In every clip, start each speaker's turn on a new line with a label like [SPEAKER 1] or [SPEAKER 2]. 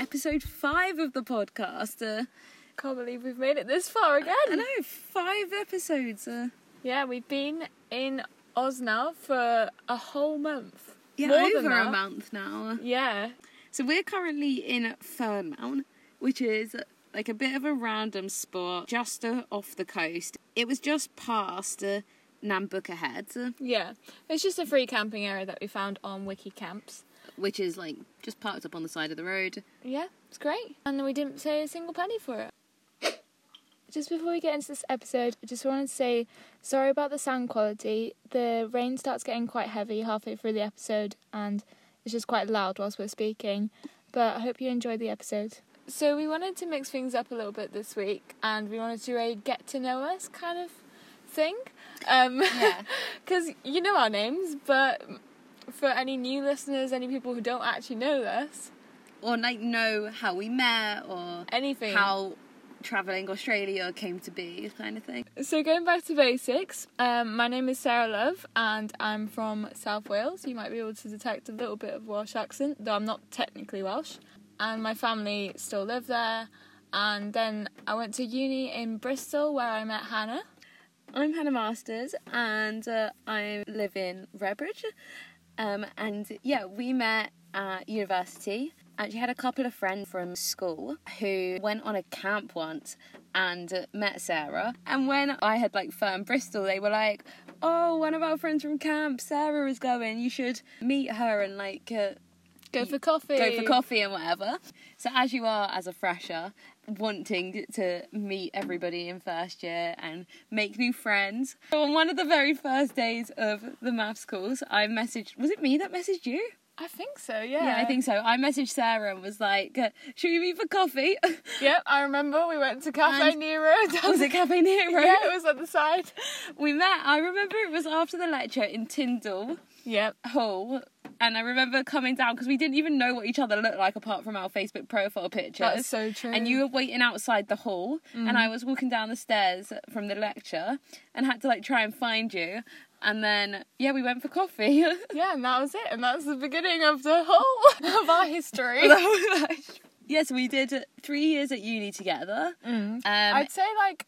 [SPEAKER 1] episode five of the podcast. Uh,
[SPEAKER 2] Can't believe we've made it this far again.
[SPEAKER 1] I know, five episodes. Uh,
[SPEAKER 2] Yeah, we've been in Oz now for a whole month.
[SPEAKER 1] yeah,
[SPEAKER 2] More than
[SPEAKER 1] over a
[SPEAKER 2] that.
[SPEAKER 1] month now.
[SPEAKER 2] Yeah.
[SPEAKER 1] So we're currently in Fernmount, which is like a bit of a random spot just uh, off the coast. It was just past uh, Nambucca Head, uh,
[SPEAKER 2] Yeah. It's just a free camping area that we found on Wiki Camps.
[SPEAKER 1] which is like just parked up on the side of the road.
[SPEAKER 2] Yeah, it's great. And we didn't pay a single penny for it. Just before we get into this episode, I just wanted to say sorry about the sound quality. The rain starts getting quite heavy halfway through the episode and it's just quite loud whilst we're speaking. But I hope you enjoyed the episode. So, we wanted to mix things up a little bit this week and we wanted to do a get to know us kind of thing. Um,
[SPEAKER 1] Yeah.
[SPEAKER 2] Because you know our names, but for any new listeners, any people who don't actually know us,
[SPEAKER 1] Or like know how we met or
[SPEAKER 2] anything.
[SPEAKER 1] how travelling Australia came to be, kind of thing.
[SPEAKER 2] So going back to basics, um, my name is Sarah Love, and I'm from South Wales. You might be able to detect a little bit of Welsh accent, though I'm not technically Welsh. And my family still live there. And then I went to uni in Bristol, where I met Hannah.
[SPEAKER 1] I'm Hannah Masters, and uh, I live in Redbridge. Um, and yeah, we met at university. Actually, had a couple of friends from school who went on a camp once and uh, met Sarah. And when I had like firm Bristol, they were like, "Oh, one of our friends from camp, Sarah is going. You should meet her and like." Uh,
[SPEAKER 2] Go for coffee.
[SPEAKER 1] go for coffee and whatever. So as you are as a fresher, wanting to meet everybody in first year and make new friends. So on one of the very first days of the maths course, I messaged was it me that messaged you?
[SPEAKER 2] I think so. Yeah.
[SPEAKER 1] Yeah, I think so. I messaged Sarah and was like, uh, should we meet for coffee?
[SPEAKER 2] Yep, I remember we went to Cafe
[SPEAKER 1] And-
[SPEAKER 2] Nero.
[SPEAKER 1] was it Cafe Nero?
[SPEAKER 2] Yeah, it was at the side.
[SPEAKER 1] We met, I remember it was after the lecture in Tyndall.
[SPEAKER 2] Yep.
[SPEAKER 1] Hall, and I remember coming down because we didn't even know what each other looked like apart from our Facebook profile pictures.
[SPEAKER 2] That's so true. Mm.
[SPEAKER 1] And you were waiting outside the hall, and I was walking down the stairs from the lecture, and had to like try and find you. And then yeah, we went for coffee.
[SPEAKER 2] Yeah, and that was it. And that's the beginning of the whole of our history.
[SPEAKER 1] yes, we did three years at uni together. Um,
[SPEAKER 2] Mm. I'd say like,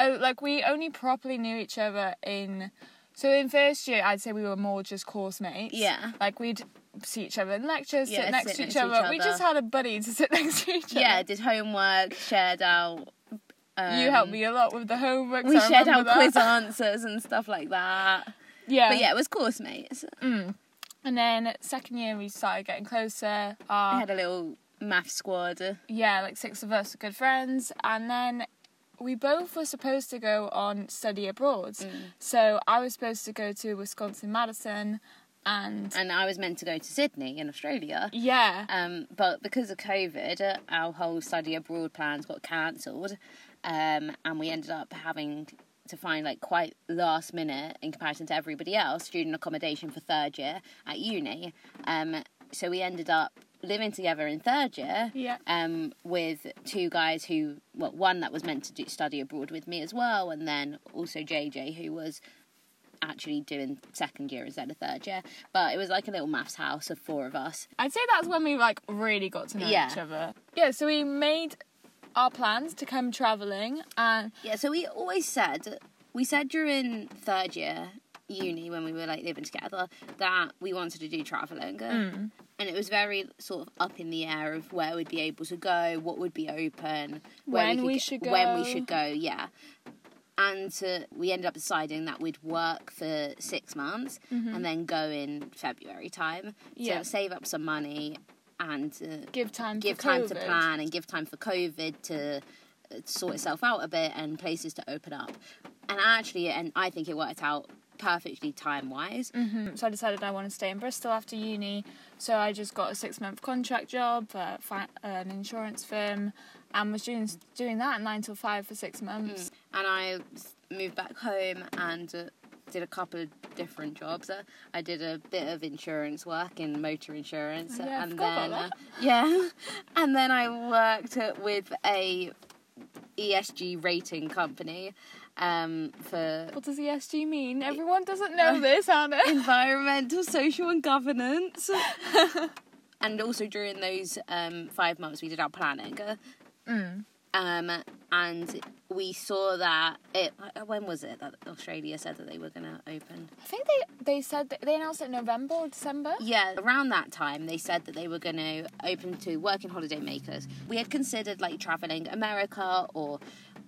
[SPEAKER 2] oh, like we only properly knew each other in, so in first year I'd say we were more just course mates.
[SPEAKER 1] Yeah.
[SPEAKER 2] Like we'd see each other in lectures,
[SPEAKER 1] Yeah,
[SPEAKER 2] sit next
[SPEAKER 1] sit
[SPEAKER 2] to
[SPEAKER 1] next
[SPEAKER 2] each
[SPEAKER 1] to
[SPEAKER 2] other.
[SPEAKER 1] each
[SPEAKER 2] We
[SPEAKER 1] other.
[SPEAKER 2] just had a buddy to sit next to each other.
[SPEAKER 1] yeah, did homework, shared out. Um,
[SPEAKER 2] you helped me a lot with the homework.
[SPEAKER 1] We
[SPEAKER 2] I
[SPEAKER 1] shared
[SPEAKER 2] remember
[SPEAKER 1] out
[SPEAKER 2] that.
[SPEAKER 1] quiz answers and stuff like that.
[SPEAKER 2] Yeah.
[SPEAKER 1] But yeah, it was course mates.
[SPEAKER 2] And then second year we started getting
[SPEAKER 1] I
[SPEAKER 2] closer. Our,
[SPEAKER 1] had a little math squad.
[SPEAKER 2] yeah, like six of us were good friends, and then we both were supposed to go on study abroad.
[SPEAKER 1] Mm.
[SPEAKER 2] So I was supposed to go to Wisconsin Madison, and
[SPEAKER 1] and I was meant to go to Sydney in Australia.
[SPEAKER 2] yeah,
[SPEAKER 1] Um, but because of COVID, uh, our whole study abroad plans got cancelled, um, and we ended up having to find like quite last minute in comparison to everybody else student accommodation for third year at uni. Um, so we ended up living together in third year.
[SPEAKER 2] Yeah.
[SPEAKER 1] Um, with two guys who, well, one that was meant to do study abroad with me as well, and then also JJ who was actually doing second year instead of third year. But it was like a little maths house of four of us.
[SPEAKER 2] I'd say that's when we like really got to know
[SPEAKER 1] Yeah.
[SPEAKER 2] each other. Yeah, so we made our plans to come traveling, and
[SPEAKER 1] Yeah, so we always said we said during third year uni when we were like living together that we wanted to do traveling.
[SPEAKER 2] Mm.
[SPEAKER 1] And it was very sort of up in the air of where we'd be able to go, what would be open, where
[SPEAKER 2] When
[SPEAKER 1] could
[SPEAKER 2] we
[SPEAKER 1] get-
[SPEAKER 2] should
[SPEAKER 1] when we
[SPEAKER 2] go.
[SPEAKER 1] should go, yeah. And uh, we ended up deciding that we'd work for six months and then go in February time.
[SPEAKER 2] Mm-hmm. Yeah.
[SPEAKER 1] So save up some money and uh,
[SPEAKER 2] give time
[SPEAKER 1] give
[SPEAKER 2] for
[SPEAKER 1] time to
[SPEAKER 2] COVID.
[SPEAKER 1] plan and give time for COVID to uh, sort itself out a bit and places to open up. And actually, and I think it worked out perfectly time wise.
[SPEAKER 2] So I decided I want to stay in Bristol after uni. So I just got a six month contract job at fi- an insurance firm and was doing, doing that nine till five for six months.
[SPEAKER 1] And I s- moved back home and uh, did a couple of different jobs. Uh, I did a bit of insurance work in motor insurance,
[SPEAKER 2] Oh, yeah, I
[SPEAKER 1] and
[SPEAKER 2] forgot
[SPEAKER 1] then
[SPEAKER 2] about
[SPEAKER 1] uh, yeah, and then I worked uh, with a ESG rating company um, for
[SPEAKER 2] What does ESG mean? Everyone doesn't know this, Hannah.
[SPEAKER 1] environmental, social, and governance. and also during those um, five months we did our planning. uh,
[SPEAKER 2] Mm.
[SPEAKER 1] Um, and we saw that it. uh, When was it that Australia said that they were going to open?
[SPEAKER 2] I think they they said that they announced it in November or December.
[SPEAKER 1] Yeah, around that time they said that they were going to open to working holiday makers. We had considered like traveling America or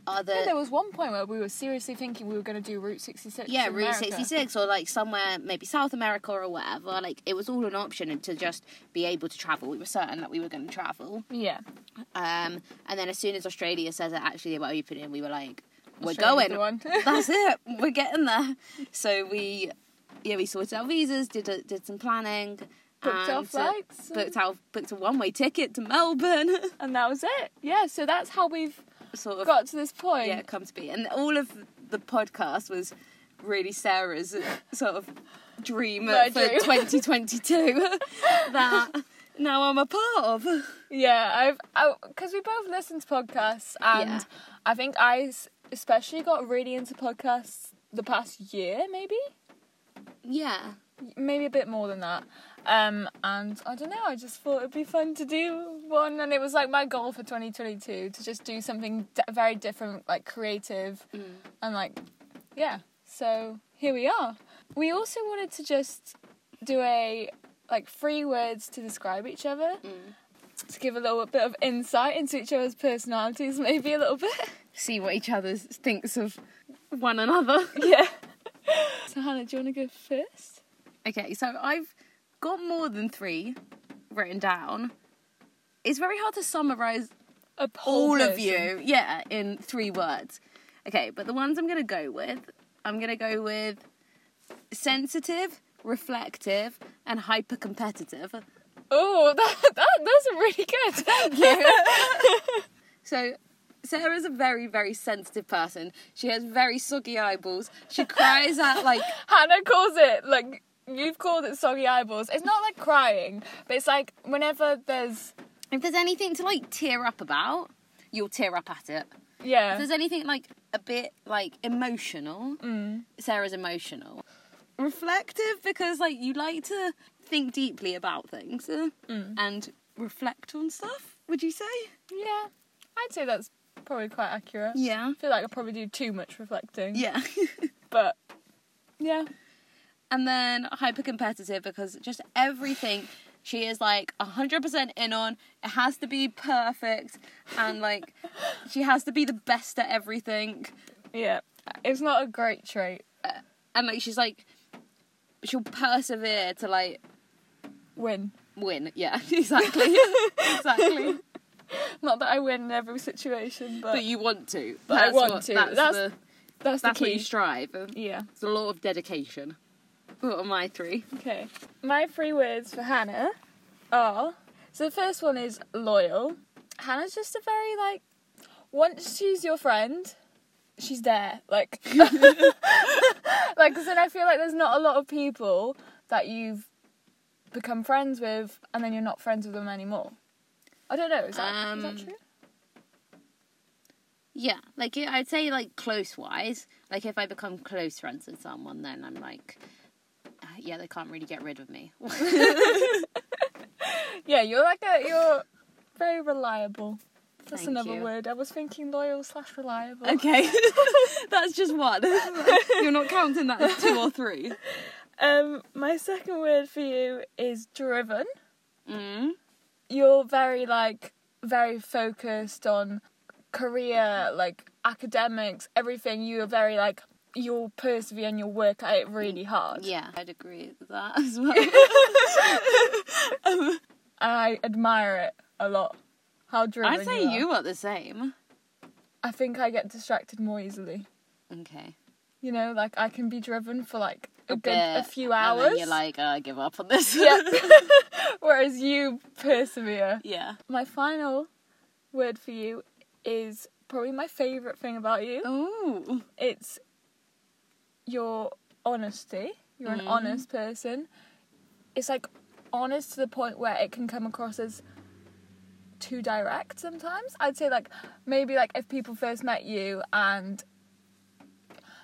[SPEAKER 1] other.
[SPEAKER 2] Yeah, there was one point where we were seriously thinking we were going to do Route 66.
[SPEAKER 1] yeah,
[SPEAKER 2] in
[SPEAKER 1] Route
[SPEAKER 2] America.
[SPEAKER 1] 66 or like somewhere maybe South America or whatever. Like it was all an option and to just be able to travel. We were certain that we were going to travel.
[SPEAKER 2] Yeah.
[SPEAKER 1] Um, and then as soon as Australia says that actually they were opening, we were like, we're
[SPEAKER 2] Australia's
[SPEAKER 1] going.
[SPEAKER 2] the one.
[SPEAKER 1] That's it. We're getting there. So we, yeah, we sorted out visas, did a, did some planning,
[SPEAKER 2] Booked
[SPEAKER 1] and,
[SPEAKER 2] our
[SPEAKER 1] uh,
[SPEAKER 2] flights.
[SPEAKER 1] booked out booked a one way ticket to Melbourne.
[SPEAKER 2] and that was it. Yeah, so that's how we've
[SPEAKER 1] sort of
[SPEAKER 2] got to this point.
[SPEAKER 1] yeah, come to be. And all of the podcast was really Sarah's sort of dream
[SPEAKER 2] My
[SPEAKER 1] for
[SPEAKER 2] dream.
[SPEAKER 1] 2022 that now I'm a part of.
[SPEAKER 2] Yeah, I've because we both listen to podcasts, and
[SPEAKER 1] Yeah.
[SPEAKER 2] I think I s- especially got really into podcasts the past year, maybe,
[SPEAKER 1] Yeah.
[SPEAKER 2] maybe a bit more than that. Um, and I don't know, I just thought it'd be fun to do one, and it was like my goal for 2022 to just do something d- very different, like creative,
[SPEAKER 1] Mm.
[SPEAKER 2] and like, yeah. So here we are. We also wanted to just do a like three words to describe each other
[SPEAKER 1] Mm.
[SPEAKER 2] to give a little bit of insight into each other's personalities, maybe a little bit.
[SPEAKER 1] See what each other thinks of one another.
[SPEAKER 2] yeah. So Hannah, do you want to go first?
[SPEAKER 1] Okay, so I've got more than three written down. It's very hard to summarize
[SPEAKER 2] A poll
[SPEAKER 1] all of
[SPEAKER 2] person.
[SPEAKER 1] you, yeah, in three words. Okay, but the ones I'm gonna go with, I'm gonna go with sensitive, reflective, and hyper competitive.
[SPEAKER 2] Oh, that, that that's really good. Thank you.
[SPEAKER 1] So Sarah's a very, very sensitive person. She has very soggy eyeballs. She cries out like
[SPEAKER 2] Hannah calls it like you've called it soggy eyeballs. It's not like crying, but it's like whenever there's
[SPEAKER 1] if there's anything to like tear up about, you'll tear up at it. If
[SPEAKER 2] yeah
[SPEAKER 1] there's anything like a bit like emotional, Sarah's emotional. Reflective because like you like to think deeply about things uh, and reflect on stuff. Would you say?
[SPEAKER 2] yeah. I'd say that's probably quite accurate.
[SPEAKER 1] Yeah.
[SPEAKER 2] I feel like I probably do too much reflecting.
[SPEAKER 1] Yeah.
[SPEAKER 2] But yeah.
[SPEAKER 1] and then hyper competitive because just everything she is like 100% in on. It has to be perfect and like she has to be the best at everything.
[SPEAKER 2] Yeah. It's not a great trait.
[SPEAKER 1] And like she's like she'll persevere to like
[SPEAKER 2] Win.
[SPEAKER 1] win. Yeah, exactly. exactly.
[SPEAKER 2] Not that I win in every situation, but,
[SPEAKER 1] But you want to.
[SPEAKER 2] But I
[SPEAKER 1] That's
[SPEAKER 2] want
[SPEAKER 1] what-
[SPEAKER 2] to.
[SPEAKER 1] That's,
[SPEAKER 2] That's
[SPEAKER 1] the, that's
[SPEAKER 2] that's, the
[SPEAKER 1] what
[SPEAKER 2] key.
[SPEAKER 1] you strive. Um, It's
[SPEAKER 2] yeah.
[SPEAKER 1] a lot of dedication. What are my three?
[SPEAKER 2] Okay. My three words for Hannah are so the first one is loyal. Hannah's just a very like once she's your friend, she's there. Like like 'cause then I feel like there's not a lot of people that you've become friends with and then you're not friends with them anymore. I don't know, is that, is that
[SPEAKER 1] Um,
[SPEAKER 2] true?
[SPEAKER 1] Yeah, like yeah, I'd say like close wise. Like if I become close friends with someone, then I'm like, uh, yeah, they can't really get rid of me.
[SPEAKER 2] Yeah, you're like a you're very reliable. That's
[SPEAKER 1] Thank
[SPEAKER 2] another
[SPEAKER 1] you.
[SPEAKER 2] word. I was thinking loyal slash reliable.
[SPEAKER 1] okay, that's just one. You're not counting that as two or three.
[SPEAKER 2] Um, my second word for you is driven.
[SPEAKER 1] Mm.
[SPEAKER 2] You're very like very focused on career, like academics, everything. You are very like you'll persevere and you'll work at it really hard.
[SPEAKER 1] Yeah, I'd agree with that as well. Um,
[SPEAKER 2] And I admire it a lot. How driven
[SPEAKER 1] I'd say
[SPEAKER 2] are.
[SPEAKER 1] you are the same.
[SPEAKER 2] I think I get distracted more easily.
[SPEAKER 1] Okay.
[SPEAKER 2] You know, like I can be driven for like a, good a
[SPEAKER 1] bit,
[SPEAKER 2] few
[SPEAKER 1] and
[SPEAKER 2] hours.
[SPEAKER 1] then you're like, oh, I give up on this.
[SPEAKER 2] yeah. Whereas you persevere.
[SPEAKER 1] yeah.
[SPEAKER 2] My final word for you is probably my favourite thing about you.
[SPEAKER 1] Ooh.
[SPEAKER 2] It's your honesty. You're an
[SPEAKER 1] Mm.
[SPEAKER 2] honest person. It's like honest to the point where it can come across as too direct sometimes. I'd say like maybe like if people first met you and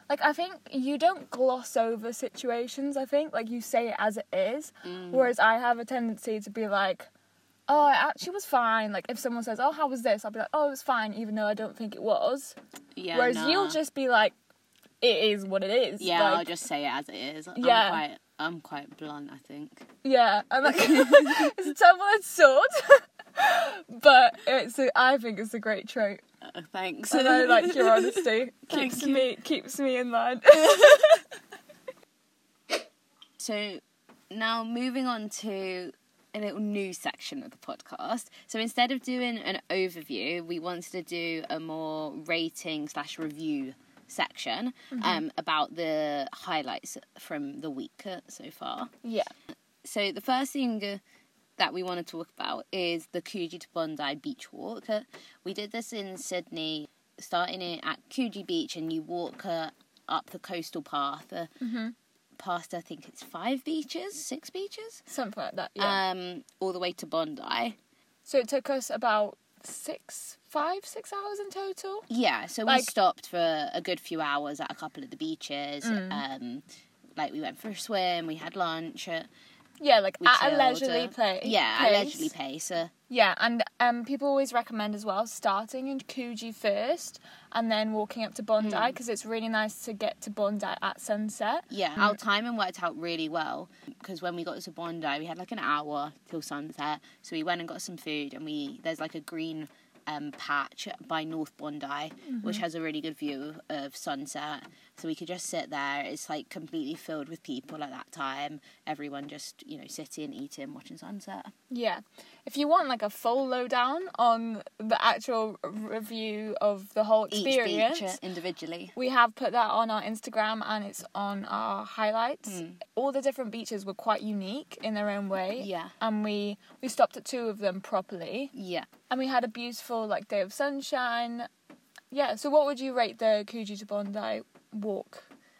[SPEAKER 2] like I think you don't gloss over situations, I think. Like you say it as it is. Whereas I have a tendency to be like, oh, it actually was fine. Like, if someone says, oh, how was this? I'll be like, oh, it was fine, even though I don't think it was.
[SPEAKER 1] Yeah.
[SPEAKER 2] Whereas
[SPEAKER 1] nah.
[SPEAKER 2] you'll just be like, it is what it is.
[SPEAKER 1] uh, Yeah,
[SPEAKER 2] like,
[SPEAKER 1] I'll just say it as it is.
[SPEAKER 2] Yeah.
[SPEAKER 1] I'm quite, I'm quite blunt, I think.
[SPEAKER 2] Yeah, and like it's a double-edged sword, but it's a, I think it's a great trait.
[SPEAKER 1] Uh, thanks.
[SPEAKER 2] And I like your honesty.
[SPEAKER 1] Thank
[SPEAKER 2] keeps
[SPEAKER 1] you.
[SPEAKER 2] me keeps me in line.
[SPEAKER 1] So now moving on to a little new section of the podcast. So instead of doing an overview, we wanted to do a more rating slash review section
[SPEAKER 2] Mm-hmm.
[SPEAKER 1] um, about the highlights from the week uh, so far.
[SPEAKER 2] yeah,
[SPEAKER 1] So the first thing uh, that we want to talk about is the Coogee to Bondi beach walk. Uh, We did this in Sydney, starting it at Coogee Beach, and you walk uh, up the coastal path. Uh,
[SPEAKER 2] Mm-hmm.
[SPEAKER 1] Past, I think it's five beaches, six beaches,
[SPEAKER 2] something like that. Yeah.
[SPEAKER 1] um, all the way to Bondi.
[SPEAKER 2] so it took us about six, five, six hours in total.
[SPEAKER 1] Yeah, so we
[SPEAKER 2] Like-
[SPEAKER 1] stopped for a good few hours at a couple of the beaches.
[SPEAKER 2] Mm.
[SPEAKER 1] Um, like we went for a swim, we had lunch. Uh,
[SPEAKER 2] Yeah, like
[SPEAKER 1] we
[SPEAKER 2] at a
[SPEAKER 1] chilled,
[SPEAKER 2] leisurely
[SPEAKER 1] uh,
[SPEAKER 2] play.
[SPEAKER 1] Yeah,
[SPEAKER 2] place.
[SPEAKER 1] at a leisurely pace. Uh,
[SPEAKER 2] Yeah, and um, people always recommend as well starting in Coogee first and then walking up to Bondi
[SPEAKER 1] Hmm.
[SPEAKER 2] because it's really nice to get to Bondi at sunset.
[SPEAKER 1] Yeah, our timing worked out really well because when we got to Bondi, we had like an hour till sunset. So we went and got some food, and we there's like a green um, patch by North Bondi, which has a really good view of sunset. So we could just sit there. It's like completely filled with people at that time. Everyone just you know sitting, eating, watching sunset.
[SPEAKER 2] Yeah. If you want like a full lowdown on the actual r- review of the whole
[SPEAKER 1] Each
[SPEAKER 2] experience,
[SPEAKER 1] beach uh, individually.
[SPEAKER 2] we have put that on our Instagram and it's on our highlights.
[SPEAKER 1] Hmm.
[SPEAKER 2] All the different beaches were quite unique in their own way.
[SPEAKER 1] Yeah.
[SPEAKER 2] And we we stopped at two of them properly
[SPEAKER 1] Yeah.
[SPEAKER 2] and we had a beautiful like day of sunshine. Yeah, so what would you rate the Coogee to Bondi walk,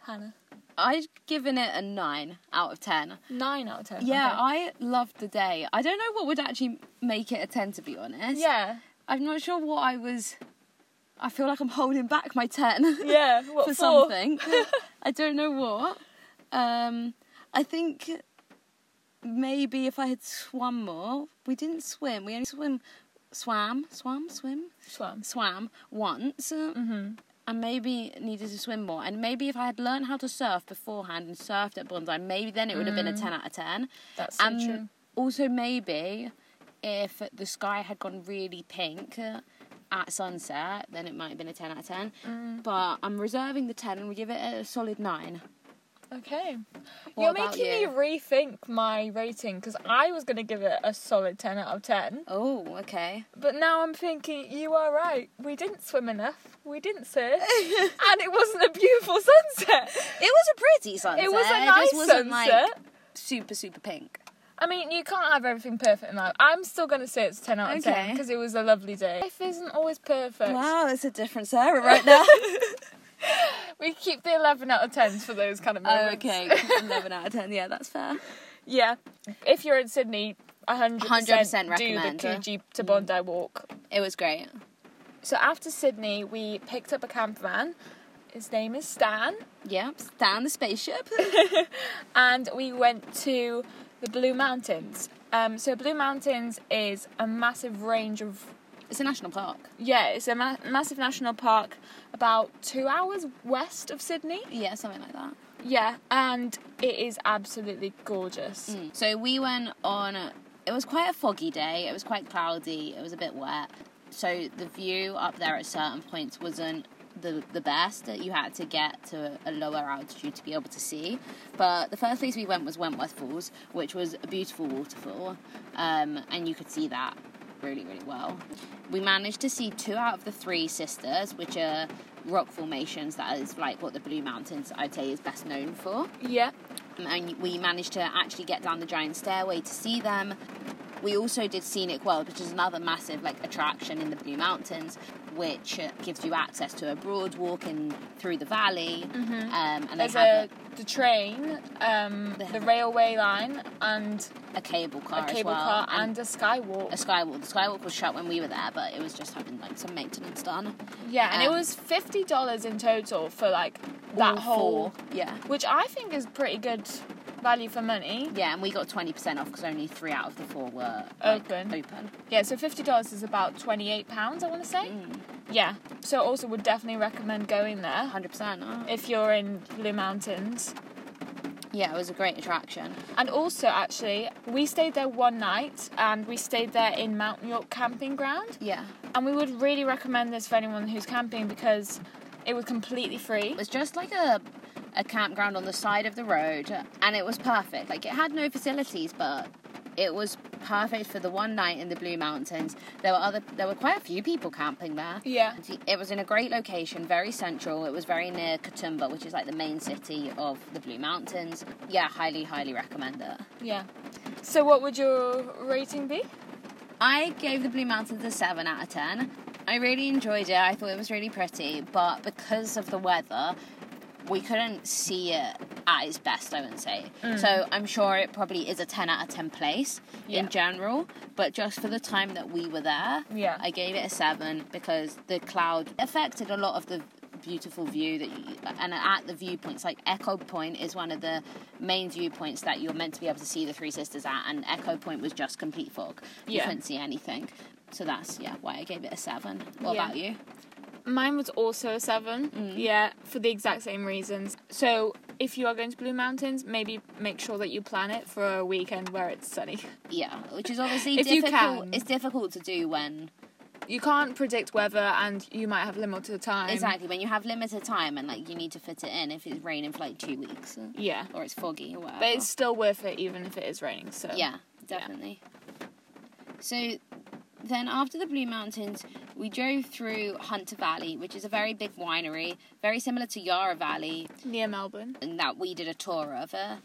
[SPEAKER 2] Hannah?
[SPEAKER 1] I'd given it a nine out of ten.
[SPEAKER 2] Nine out of ten.
[SPEAKER 1] Yeah,
[SPEAKER 2] okay.
[SPEAKER 1] I loved the day. I don't know what would actually make it a ten, to be honest.
[SPEAKER 2] yeah,
[SPEAKER 1] I'm not sure what I was. I feel like I'm holding back my 10
[SPEAKER 2] yeah. What
[SPEAKER 1] for something. I don't know what. Um, I think maybe if I had swum more, we didn't swim. We only swim, swam, swam, swim,
[SPEAKER 2] Swam.
[SPEAKER 1] swam once. Mm-hmm. And maybe needed to swim more. And maybe if I had learned how to surf beforehand and surfed at Bondi, maybe then it would have been a 10 out of 10.
[SPEAKER 2] That's so
[SPEAKER 1] And
[SPEAKER 2] true.
[SPEAKER 1] Um, also maybe if the sky had gone really pink uh, at sunset, then it might have been a ten out of ten. But I'm reserving the ten and we give it a solid nine.
[SPEAKER 2] Okay.
[SPEAKER 1] What
[SPEAKER 2] You're
[SPEAKER 1] about
[SPEAKER 2] making
[SPEAKER 1] you?
[SPEAKER 2] me rethink my rating because I was going to give it a solid 10 out of 10.
[SPEAKER 1] Oh, okay.
[SPEAKER 2] But now I'm thinking, you are right. We didn't swim enough. We didn't surf. and it wasn't a beautiful sunset.
[SPEAKER 1] It was a pretty sunset.
[SPEAKER 2] It was a
[SPEAKER 1] just
[SPEAKER 2] nice
[SPEAKER 1] wasn't, like,
[SPEAKER 2] sunset.
[SPEAKER 1] super super pink.
[SPEAKER 2] I mean, you can't have everything perfect in life. I'm still going to say it's 10 out of 10
[SPEAKER 1] Okay.
[SPEAKER 2] because it was a lovely day. Life isn't always perfect.
[SPEAKER 1] Wow, it's a different Sarah right now.
[SPEAKER 2] We keep the 11 out of 10s for those kind of
[SPEAKER 1] oh,
[SPEAKER 2] moments.
[SPEAKER 1] okay, eleven out of ten. Yeah, that's fair.
[SPEAKER 2] Yeah. If you're in Sydney,
[SPEAKER 1] 100%
[SPEAKER 2] 100%, do the
[SPEAKER 1] recommend. Mm.
[SPEAKER 2] Coogee to Bondi walk.
[SPEAKER 1] It was great.
[SPEAKER 2] So after Sydney, we picked up a campervan. His name is Stan,
[SPEAKER 1] Yep, down the spaceship.
[SPEAKER 2] and we went to the Blue Mountains. Um, so Blue Mountains is a massive range of
[SPEAKER 1] it's a national park.
[SPEAKER 2] yeah, it's a ma- massive national park about two hours west of Sydney.
[SPEAKER 1] Yeah, something like that.
[SPEAKER 2] Yeah, and it is absolutely gorgeous.
[SPEAKER 1] So we went on. It was quite a foggy day. It was quite cloudy. It was a bit wet. So the view up there at certain points wasn't the the best. You had to get to a lower altitude to be able to see. But the first place we went was Wentworth Falls, which was a beautiful waterfall, um, and you could see that really really well. We managed to see two out of the three sisters, which are rock formations. That is like what the Blue Mountains I'd say is best known for
[SPEAKER 2] Yeah,
[SPEAKER 1] and we managed to actually get down the giant stairway to see them. We also did Scenic World, which is another massive like attraction in the Blue Mountains, which uh, gives you access to a broad walk in through the valley. Um, and they
[SPEAKER 2] Mm-hmm. there's
[SPEAKER 1] have
[SPEAKER 2] a the train, um,
[SPEAKER 1] They
[SPEAKER 2] the
[SPEAKER 1] have a-
[SPEAKER 2] railway line, and
[SPEAKER 1] a, a cable car
[SPEAKER 2] a cable
[SPEAKER 1] as well,
[SPEAKER 2] car
[SPEAKER 1] and
[SPEAKER 2] and a skywalk.
[SPEAKER 1] a skywalk. The skywalk was shut when we were there, but it was just having like some maintenance done.
[SPEAKER 2] Yeah, and
[SPEAKER 1] Um,
[SPEAKER 2] it was fifty dollars in total for like that
[SPEAKER 1] All
[SPEAKER 2] whole,
[SPEAKER 1] four, yeah.
[SPEAKER 2] which I think is pretty good value for money.
[SPEAKER 1] Yeah, and we got 20% off because only three out of the four were
[SPEAKER 2] Open.
[SPEAKER 1] Open.
[SPEAKER 2] Yeah, so fifty dollars is about twenty eight pounds, I want to say.
[SPEAKER 1] Mm.
[SPEAKER 2] Yeah. So also would definitely recommend going there
[SPEAKER 1] 100%. Oh.
[SPEAKER 2] if you're in Blue Mountains.
[SPEAKER 1] yeah, it was a great attraction.
[SPEAKER 2] And also, actually, we stayed there one night, and we stayed there in Mount York Camping Ground.
[SPEAKER 1] Yeah.
[SPEAKER 2] And we would really recommend this for anyone who's camping because it was completely free.
[SPEAKER 1] It was just like a a campground on the side of the road and it was perfect. Like it had no facilities but it was perfect for the one night in the Blue Mountains. There were other there were quite a few people camping there.
[SPEAKER 2] Yeah.
[SPEAKER 1] It was in a great location, very central. It was very near Katoomba, which is like the main city of the Blue Mountains. Yeah, highly, highly recommend it.
[SPEAKER 2] Yeah. So, what would your rating be?
[SPEAKER 1] I gave the Blue Mountains a 7 out of 10. I really enjoyed it. I thought it was really pretty, but because of the weather, we couldn't see it at its best, I would say.
[SPEAKER 2] Mm.
[SPEAKER 1] So I'm sure it probably is a 10 out of 10 place
[SPEAKER 2] Yeah.
[SPEAKER 1] in general, but just for the time that we were there,
[SPEAKER 2] Yeah.
[SPEAKER 1] I gave it a 7 because the cloud affected a lot of the beautiful view that you and at the viewpoints like echo point is one of the main viewpoints that you're meant to be able to see the three sisters at and echo point was just complete fog you
[SPEAKER 2] Yeah.
[SPEAKER 1] couldn't see anything. So that's yeah why I gave it a seven. What
[SPEAKER 2] Yeah.
[SPEAKER 1] about you?
[SPEAKER 2] Mine was also a seven. Yeah, for the exact same reasons. So, if you are going to Blue Mountains, maybe make sure that you plan it for a weekend where it's sunny.
[SPEAKER 1] Yeah, which is obviously
[SPEAKER 2] If you
[SPEAKER 1] difficult.
[SPEAKER 2] can.
[SPEAKER 1] It's difficult to do when
[SPEAKER 2] You can't predict weather, and you might have limited time.
[SPEAKER 1] exactly when you have limited time and like you need to fit it in if it's raining for like two weeks
[SPEAKER 2] Yeah.
[SPEAKER 1] or it's foggy or whatever.
[SPEAKER 2] But it's still worth it, even if it is raining. So
[SPEAKER 1] yeah, definitely. So then after the Blue Mountains, we drove through Hunter Valley, which is a very big winery, very similar to Yarra Valley.
[SPEAKER 2] near Melbourne.
[SPEAKER 1] and that we did a tour of. Uh,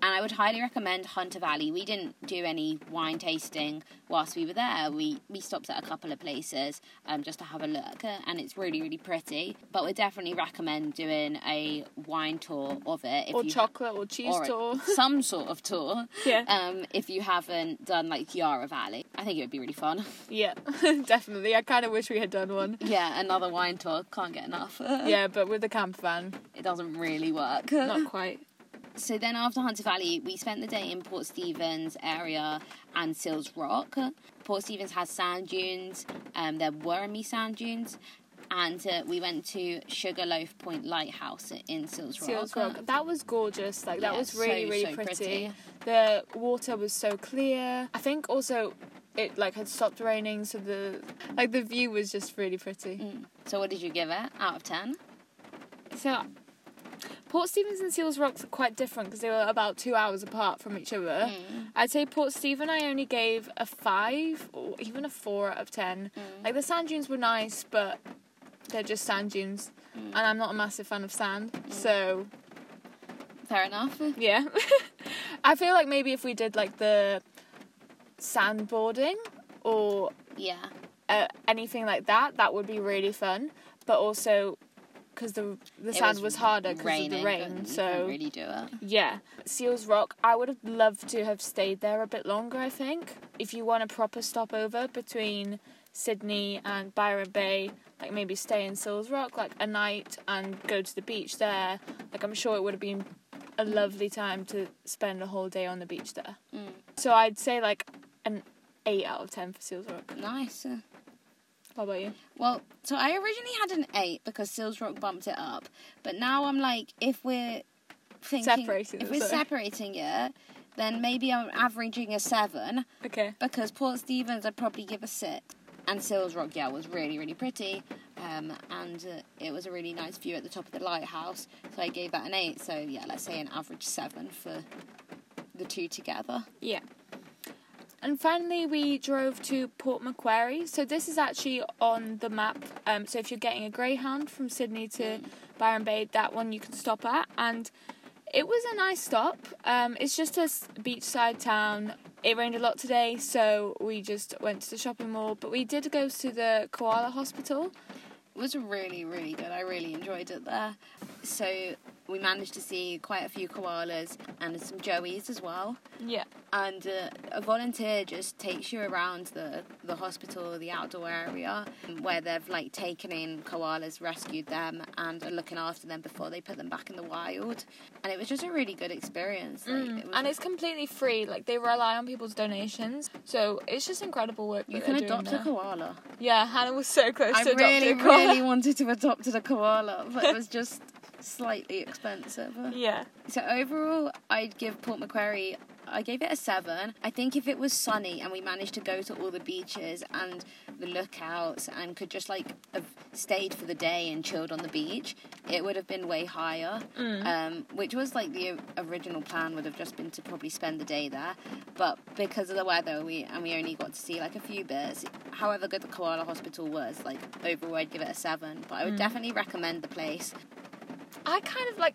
[SPEAKER 1] and I would highly recommend Hunter Valley. We didn't do any wine tasting whilst we were there. We we stopped at a couple of places um, just to have a look, uh, and it's really really pretty. But we definitely recommend doing a wine tour of it. If
[SPEAKER 2] or
[SPEAKER 1] you-
[SPEAKER 2] chocolate or cheese
[SPEAKER 1] or a-
[SPEAKER 2] tour.
[SPEAKER 1] some sort of tour.
[SPEAKER 2] Yeah.
[SPEAKER 1] Um, if you haven't done like Yarra Valley, I think it would be really fun.
[SPEAKER 2] yeah, definitely. I kind of wish we had done one.
[SPEAKER 1] yeah, another wine tour. Can't get enough.
[SPEAKER 2] Yeah, but with the camper van,
[SPEAKER 1] It doesn't really work.
[SPEAKER 2] not quite.
[SPEAKER 1] So then after Hunter Valley, we spent the day in Port Stevens area and Sills Rock. Port Stevens has sand dunes. Um, there were wormy sand dunes. And uh, we went to Sugarloaf Point Lighthouse in Sills Rock.
[SPEAKER 2] Seals Rock. That was gorgeous. Like that
[SPEAKER 1] Yeah,
[SPEAKER 2] was really,
[SPEAKER 1] so,
[SPEAKER 2] really
[SPEAKER 1] so
[SPEAKER 2] pretty.
[SPEAKER 1] pretty.
[SPEAKER 2] The water was so clear. I think also it like had stopped raining, so the like the view was just really pretty.
[SPEAKER 1] So what did you give it out of 10?
[SPEAKER 2] So, Port Stevens and Seals Rocks are quite different because they were about two hours apart from each other.
[SPEAKER 1] Mm.
[SPEAKER 2] I'd say Port Stephen I only gave a five or even a four out of ten.
[SPEAKER 1] Mm.
[SPEAKER 2] Like the sand dunes were nice, but they're just sand dunes,
[SPEAKER 1] Mm.
[SPEAKER 2] and I'm not a massive fan of sand. So
[SPEAKER 1] Fair enough.
[SPEAKER 2] yeah, I feel like maybe if we did like the sandboarding or
[SPEAKER 1] Yeah.
[SPEAKER 2] uh, anything like that, that would be really fun. But also because the the
[SPEAKER 1] It
[SPEAKER 2] sand was, harder because of
[SPEAKER 1] raining,
[SPEAKER 2] the
[SPEAKER 1] couldn't-
[SPEAKER 2] rain.
[SPEAKER 1] you
[SPEAKER 2] So
[SPEAKER 1] couldn't really do it.
[SPEAKER 2] yeah, Seals Rock. I would have loved to have stayed there a bit longer. I think if you want a proper stopover between Sydney and Byron Bay, like maybe stay in Seals Rock like a night and go to the beach there. Like I'm sure it would have been a lovely time to spend a whole day on the beach there. So I'd say like an eight out of ten for Seals Rock.
[SPEAKER 1] Nice.
[SPEAKER 2] How about you?
[SPEAKER 1] Well, so I originally had an 8 because Sills Rock bumped it up. But now I'm like, if we're thinking.
[SPEAKER 2] Separating
[SPEAKER 1] If
[SPEAKER 2] it,
[SPEAKER 1] we're
[SPEAKER 2] sorry.
[SPEAKER 1] separating it, then maybe I'm averaging a 7
[SPEAKER 2] Okay.
[SPEAKER 1] because Port Stevens I'd probably give a 6. And Sills Rock, yeah, was really, really pretty. Um, and uh, it was a really nice view at the top of the lighthouse. So I gave that an 8. So yeah, let's say an average 7 for the two together.
[SPEAKER 2] Yeah. And finally, we drove to Port Macquarie. So this is actually on the map. Um, so if you're getting a Greyhound from Sydney to Byron Bay, that one you can stop at. And it was a nice stop. Um, it's just a s- beachside town. It rained a lot today, so we just went to the shopping mall. But we did go to the koala hospital.
[SPEAKER 1] It was really, really good. I really enjoyed it there. So we managed to see quite a few koalas and some joeys as well.
[SPEAKER 2] Yeah.
[SPEAKER 1] And uh, a volunteer just takes you around the, the hospital, the outdoor area, where they've like taken in koalas, rescued them, and are looking after them before they put them back in the wild. And it was just a really good experience. Like, it was,
[SPEAKER 2] Mm. And it's completely free. Like they rely on people's donations, so it's just incredible work.
[SPEAKER 1] you
[SPEAKER 2] that
[SPEAKER 1] can
[SPEAKER 2] they're doing
[SPEAKER 1] adopt a
[SPEAKER 2] there.
[SPEAKER 1] koala.
[SPEAKER 2] Yeah, Hannah was so close
[SPEAKER 1] I
[SPEAKER 2] to adopting
[SPEAKER 1] really,
[SPEAKER 2] a koala.
[SPEAKER 1] really wanted to adopt a koala, but it was just slightly expensive.
[SPEAKER 2] Yeah.
[SPEAKER 1] So overall, I'd give Port Macquarie. I gave it a seven. I think if it was sunny and we managed to go to all the beaches and the lookouts and could just like have stayed for the day and chilled on the beach, it would have been way higher. Um, which was like the o- original plan would have just been to probably spend the day there, but because of the weather, we and we only got to see like a few bits. However good the koala hospital was, like overall, I'd give it a seven. But I would definitely recommend the place.
[SPEAKER 2] I kind of like.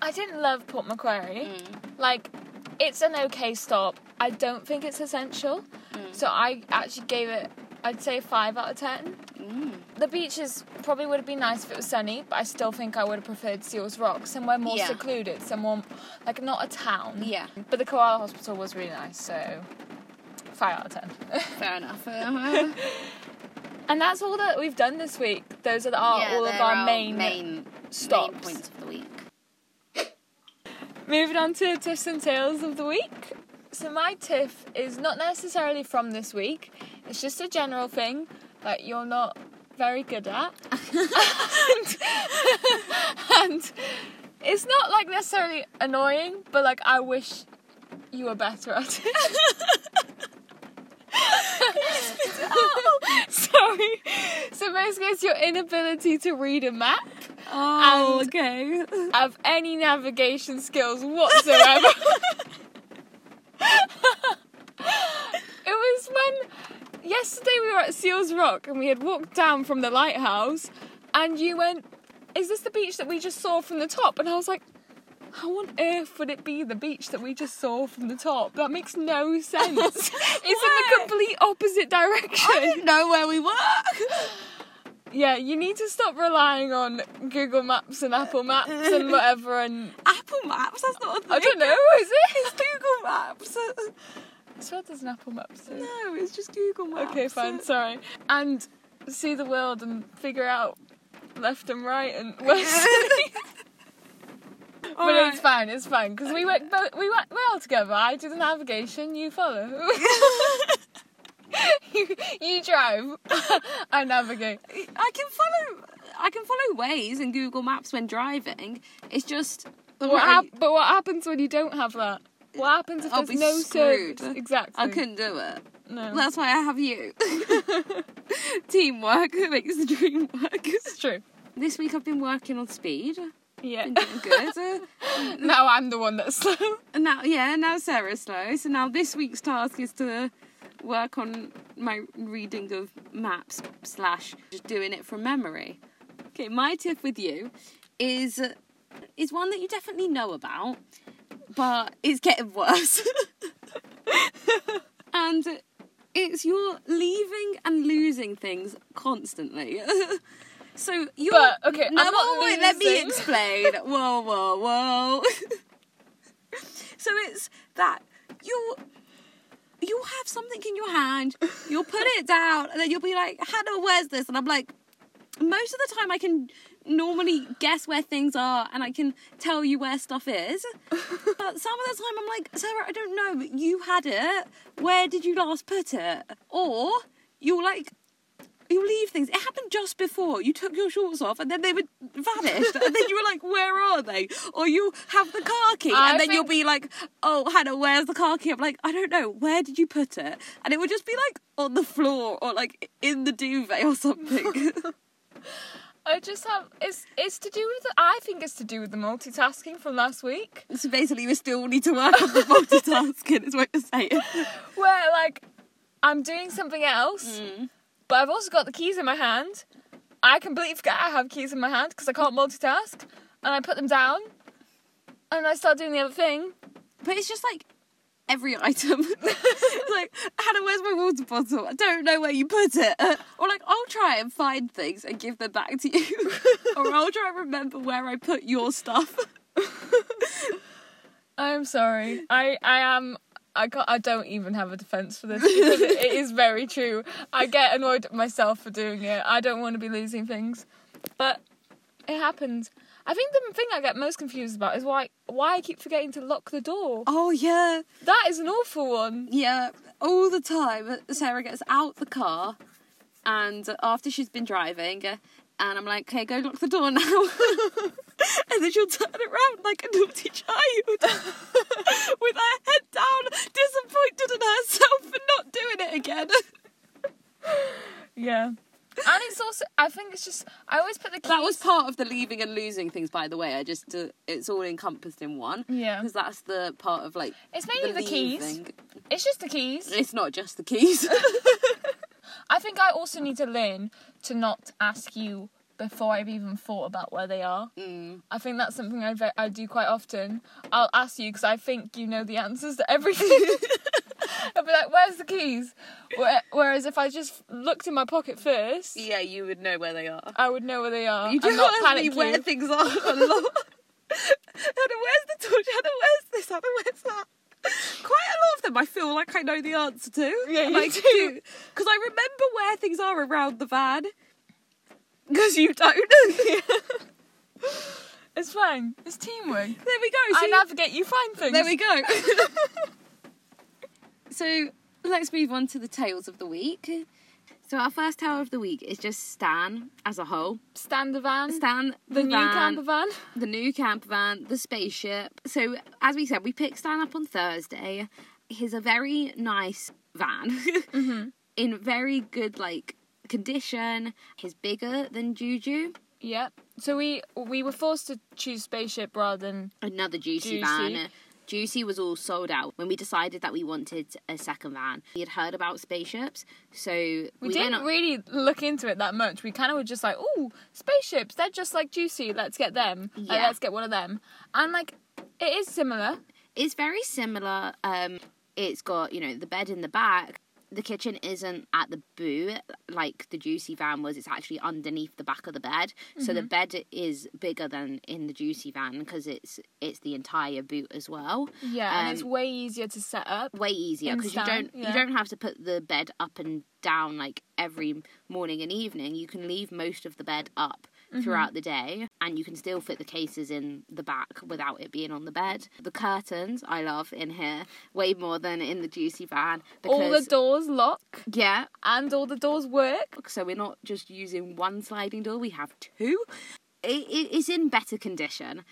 [SPEAKER 2] I didn't love Port Macquarie.
[SPEAKER 1] Mm.
[SPEAKER 2] Like, it's an okay stop. I don't think it's essential.
[SPEAKER 1] Mm.
[SPEAKER 2] So I actually gave it. I'd say five out of ten.
[SPEAKER 1] Mm.
[SPEAKER 2] The beaches probably would have been nice if it was sunny, but I still think I would have preferred Seals Rock, somewhere more
[SPEAKER 1] Yeah.
[SPEAKER 2] secluded, somewhere like not a town.
[SPEAKER 1] Yeah.
[SPEAKER 2] But the koala hospital was really nice, so five out of ten.
[SPEAKER 1] Fair enough. Uh-huh.
[SPEAKER 2] and that's all that we've done this week. Those are the, are all of
[SPEAKER 1] they're
[SPEAKER 2] our main,
[SPEAKER 1] main
[SPEAKER 2] stops.
[SPEAKER 1] main points of the week.
[SPEAKER 2] Moving on to tiffs and tales of the week. So my tiff is not necessarily from this week. It's just a general thing that you're not very good at, and, and it's not like necessarily annoying, but like I wish you were better at it. Sorry. So basically, it's your inability to read a map
[SPEAKER 1] Oh,
[SPEAKER 2] And-
[SPEAKER 1] okay.
[SPEAKER 2] have any navigation skills whatsoever. it was when yesterday we were at Seals Rock and we had walked down from the lighthouse, and you went, "Is this the beach that we just saw from the top?" And I was like. How on earth would it be the beach that we just saw from the top? That makes no sense. it's in the
[SPEAKER 1] Why?
[SPEAKER 2] complete opposite direction.
[SPEAKER 1] didn't know where we were.
[SPEAKER 2] Yeah, you need to stop relying on Google Maps and Apple Maps and whatever and
[SPEAKER 1] Apple Maps, that's not a thing.
[SPEAKER 2] I don't know, is it?
[SPEAKER 1] It's Google Maps.
[SPEAKER 2] I swear there's an Apple Maps. there.
[SPEAKER 1] No, it's just Google Maps.
[SPEAKER 2] Okay, fine, sorry. And see the world and figure out left and right and west. but
[SPEAKER 1] Alright.
[SPEAKER 2] it's fine, it's fine, because we work bo- we work well together. I do the navigation, you follow. you, you drive, I navigate.
[SPEAKER 1] I can follow. I can follow Waze and Google Maps when driving. It's just the
[SPEAKER 2] What
[SPEAKER 1] way-
[SPEAKER 2] hap- but what happens when you don't have that? What happens if
[SPEAKER 1] I'll
[SPEAKER 2] there's
[SPEAKER 1] be
[SPEAKER 2] no
[SPEAKER 1] screwed.
[SPEAKER 2] service? Exactly.
[SPEAKER 1] I couldn't do it.
[SPEAKER 2] No.
[SPEAKER 1] That's why I have you. Teamwork makes the dream work.
[SPEAKER 2] It's true.
[SPEAKER 1] This week I've been working on speed.
[SPEAKER 2] Yeah.
[SPEAKER 1] Been doing good.
[SPEAKER 2] now I'm the one that's slow.
[SPEAKER 1] And now, yeah, now Sarah's slow. So now this week's task is to work on my reading of maps slash just doing it from memory. Okay, my tip with you is is one that you definitely know about, but it's getting worse. and it's you're leaving and losing things constantly. so you're
[SPEAKER 2] But, okay,
[SPEAKER 1] no,
[SPEAKER 2] I'm not
[SPEAKER 1] wait, let me
[SPEAKER 2] losing.
[SPEAKER 1] explain. whoa, whoa, whoa. so it's that you're you'll have something in your hand, you'll put it down, and then you'll be like, Hannah, where's this? And I'm like, most of the time I can normally guess where things are and I can tell you where stuff is. but some of the time I'm like, Sarah, I don't know, but you had it. Where did you last put it? Or you'll like you leave things. It happened just before you took your shorts off, and then they were vanished. and then you were like, "Where are they?" Or you have the car key,
[SPEAKER 2] I
[SPEAKER 1] and then you'll
[SPEAKER 2] think-
[SPEAKER 1] be like, "Oh, Hannah, where's the car key?" I'm like, "I don't know. Where did you put it?" And it would just be like on the floor or like in the duvet or something.
[SPEAKER 2] I just have it's it's to do with the, I think it's to do with the multitasking from last week
[SPEAKER 1] so basically, we still need to work on the multitasking. is what you're saying.
[SPEAKER 2] where like I'm doing something else but I've also got the keys in my hand. I completely forget I have keys in my hand because I can't multitask and I put them down and I start doing the other thing.
[SPEAKER 1] But it's just like every item. It's like, Hannah, where's my water bottle? I don't know where you put it. Uh, Or like, I'll try and find things and give them back to you. or I'll try and remember where I put your stuff.
[SPEAKER 2] I'm sorry. I I am. I got. I don't even have a defense for this because it, it is very true. I get annoyed at myself for doing it. I don't want to be losing things, but it happens. I think the thing I get most confused about is why why I keep forgetting to lock the door.
[SPEAKER 1] Oh yeah,
[SPEAKER 2] That is an awful one.
[SPEAKER 1] yeah. All the time, Sarah gets out the car, and after she's been driving, uh, and I'm like, "Okay, go lock the door now," and then she'll turn around like a naughty child, with her head down, disappointed in herself for not doing it again.
[SPEAKER 2] Yeah. And it's also, I think it's just, I always put the keys.
[SPEAKER 1] That was part of the leaving and losing things, by the way. I just uh, it's all encompassed in one.
[SPEAKER 2] Yeah.
[SPEAKER 1] because that's the part of like
[SPEAKER 2] It's mainly the, keys.
[SPEAKER 1] leaving.
[SPEAKER 2] It's just the keys.
[SPEAKER 1] It's not just the keys.
[SPEAKER 2] I think I also need to learn to not ask you before I've even thought about where they are.
[SPEAKER 1] Mm.
[SPEAKER 2] I think that's something I, ve- I do quite often. I'll ask you because I think you know the answers to everything. I'll be like, "Where's the keys?" Where- Whereas if I just looked in my pocket first,
[SPEAKER 1] yeah, you would know where they are.
[SPEAKER 2] I would know where they are.
[SPEAKER 1] You do
[SPEAKER 2] and not
[SPEAKER 1] ask
[SPEAKER 2] panic
[SPEAKER 1] me
[SPEAKER 2] you.
[SPEAKER 1] where things are a lot. Hannah, where's the torch? Hannah, where's this? Hannah, where's that? Quite a lot of them I feel like I know the answer to.
[SPEAKER 2] Yeah, you
[SPEAKER 1] like,
[SPEAKER 2] do.
[SPEAKER 1] Because I remember where things are around the van. Because you don't.
[SPEAKER 2] It's fine. It's teamwork.
[SPEAKER 1] there we go.
[SPEAKER 2] I
[SPEAKER 1] see?
[SPEAKER 2] navigate. You find things.
[SPEAKER 1] There we go. so let's move on to the tales of the week. So our first tale of the week is just Stan as a whole.
[SPEAKER 2] Stand the van.
[SPEAKER 1] Stan,
[SPEAKER 2] the new
[SPEAKER 1] van,
[SPEAKER 2] camper van.
[SPEAKER 1] the new camper van, the spaceship. So as we said, we picked Stan up on Thursday. He's a very nice van,
[SPEAKER 2] Mm-hmm.
[SPEAKER 1] in very good like condition. He's bigger than Juju.
[SPEAKER 2] Yep. So we we were forced to choose spaceship rather than
[SPEAKER 1] another juicy,
[SPEAKER 2] Juicy.
[SPEAKER 1] van. Juicy was all sold out when we decided that we wanted a second van. We had heard about spaceships, so we,
[SPEAKER 2] we,
[SPEAKER 1] went
[SPEAKER 2] didn't
[SPEAKER 1] on-
[SPEAKER 2] really look into it that much. We kind of were just like, "Oh, spaceships! They're just like juicy. Let's get them. Like,
[SPEAKER 1] Yeah.
[SPEAKER 2] let's get one of them." And like, it is similar.
[SPEAKER 1] it's very similar. Um, it's got you know the bed in the back. The kitchen isn't at the boot like the juicy van was. It's actually underneath the back of the bed, so the bed is bigger than in the juicy van because it's it's the entire boot as well.
[SPEAKER 2] Yeah, and it's
[SPEAKER 1] Um,
[SPEAKER 2] way easier to set up.
[SPEAKER 1] way easier because you
[SPEAKER 2] Instant,
[SPEAKER 1] don't you
[SPEAKER 2] yeah.
[SPEAKER 1] don't have to put the bed up and down like every morning and evening. You can leave most of the bed up
[SPEAKER 2] Mm-hmm.
[SPEAKER 1] throughout the day, and you can still fit the cases in the back without it being on the bed. The curtains I love in here way more than in the juicy van because
[SPEAKER 2] All the doors lock,
[SPEAKER 1] yeah.
[SPEAKER 2] and all the doors work.
[SPEAKER 1] So we're not just using one sliding door; we have two. It, it is in better condition.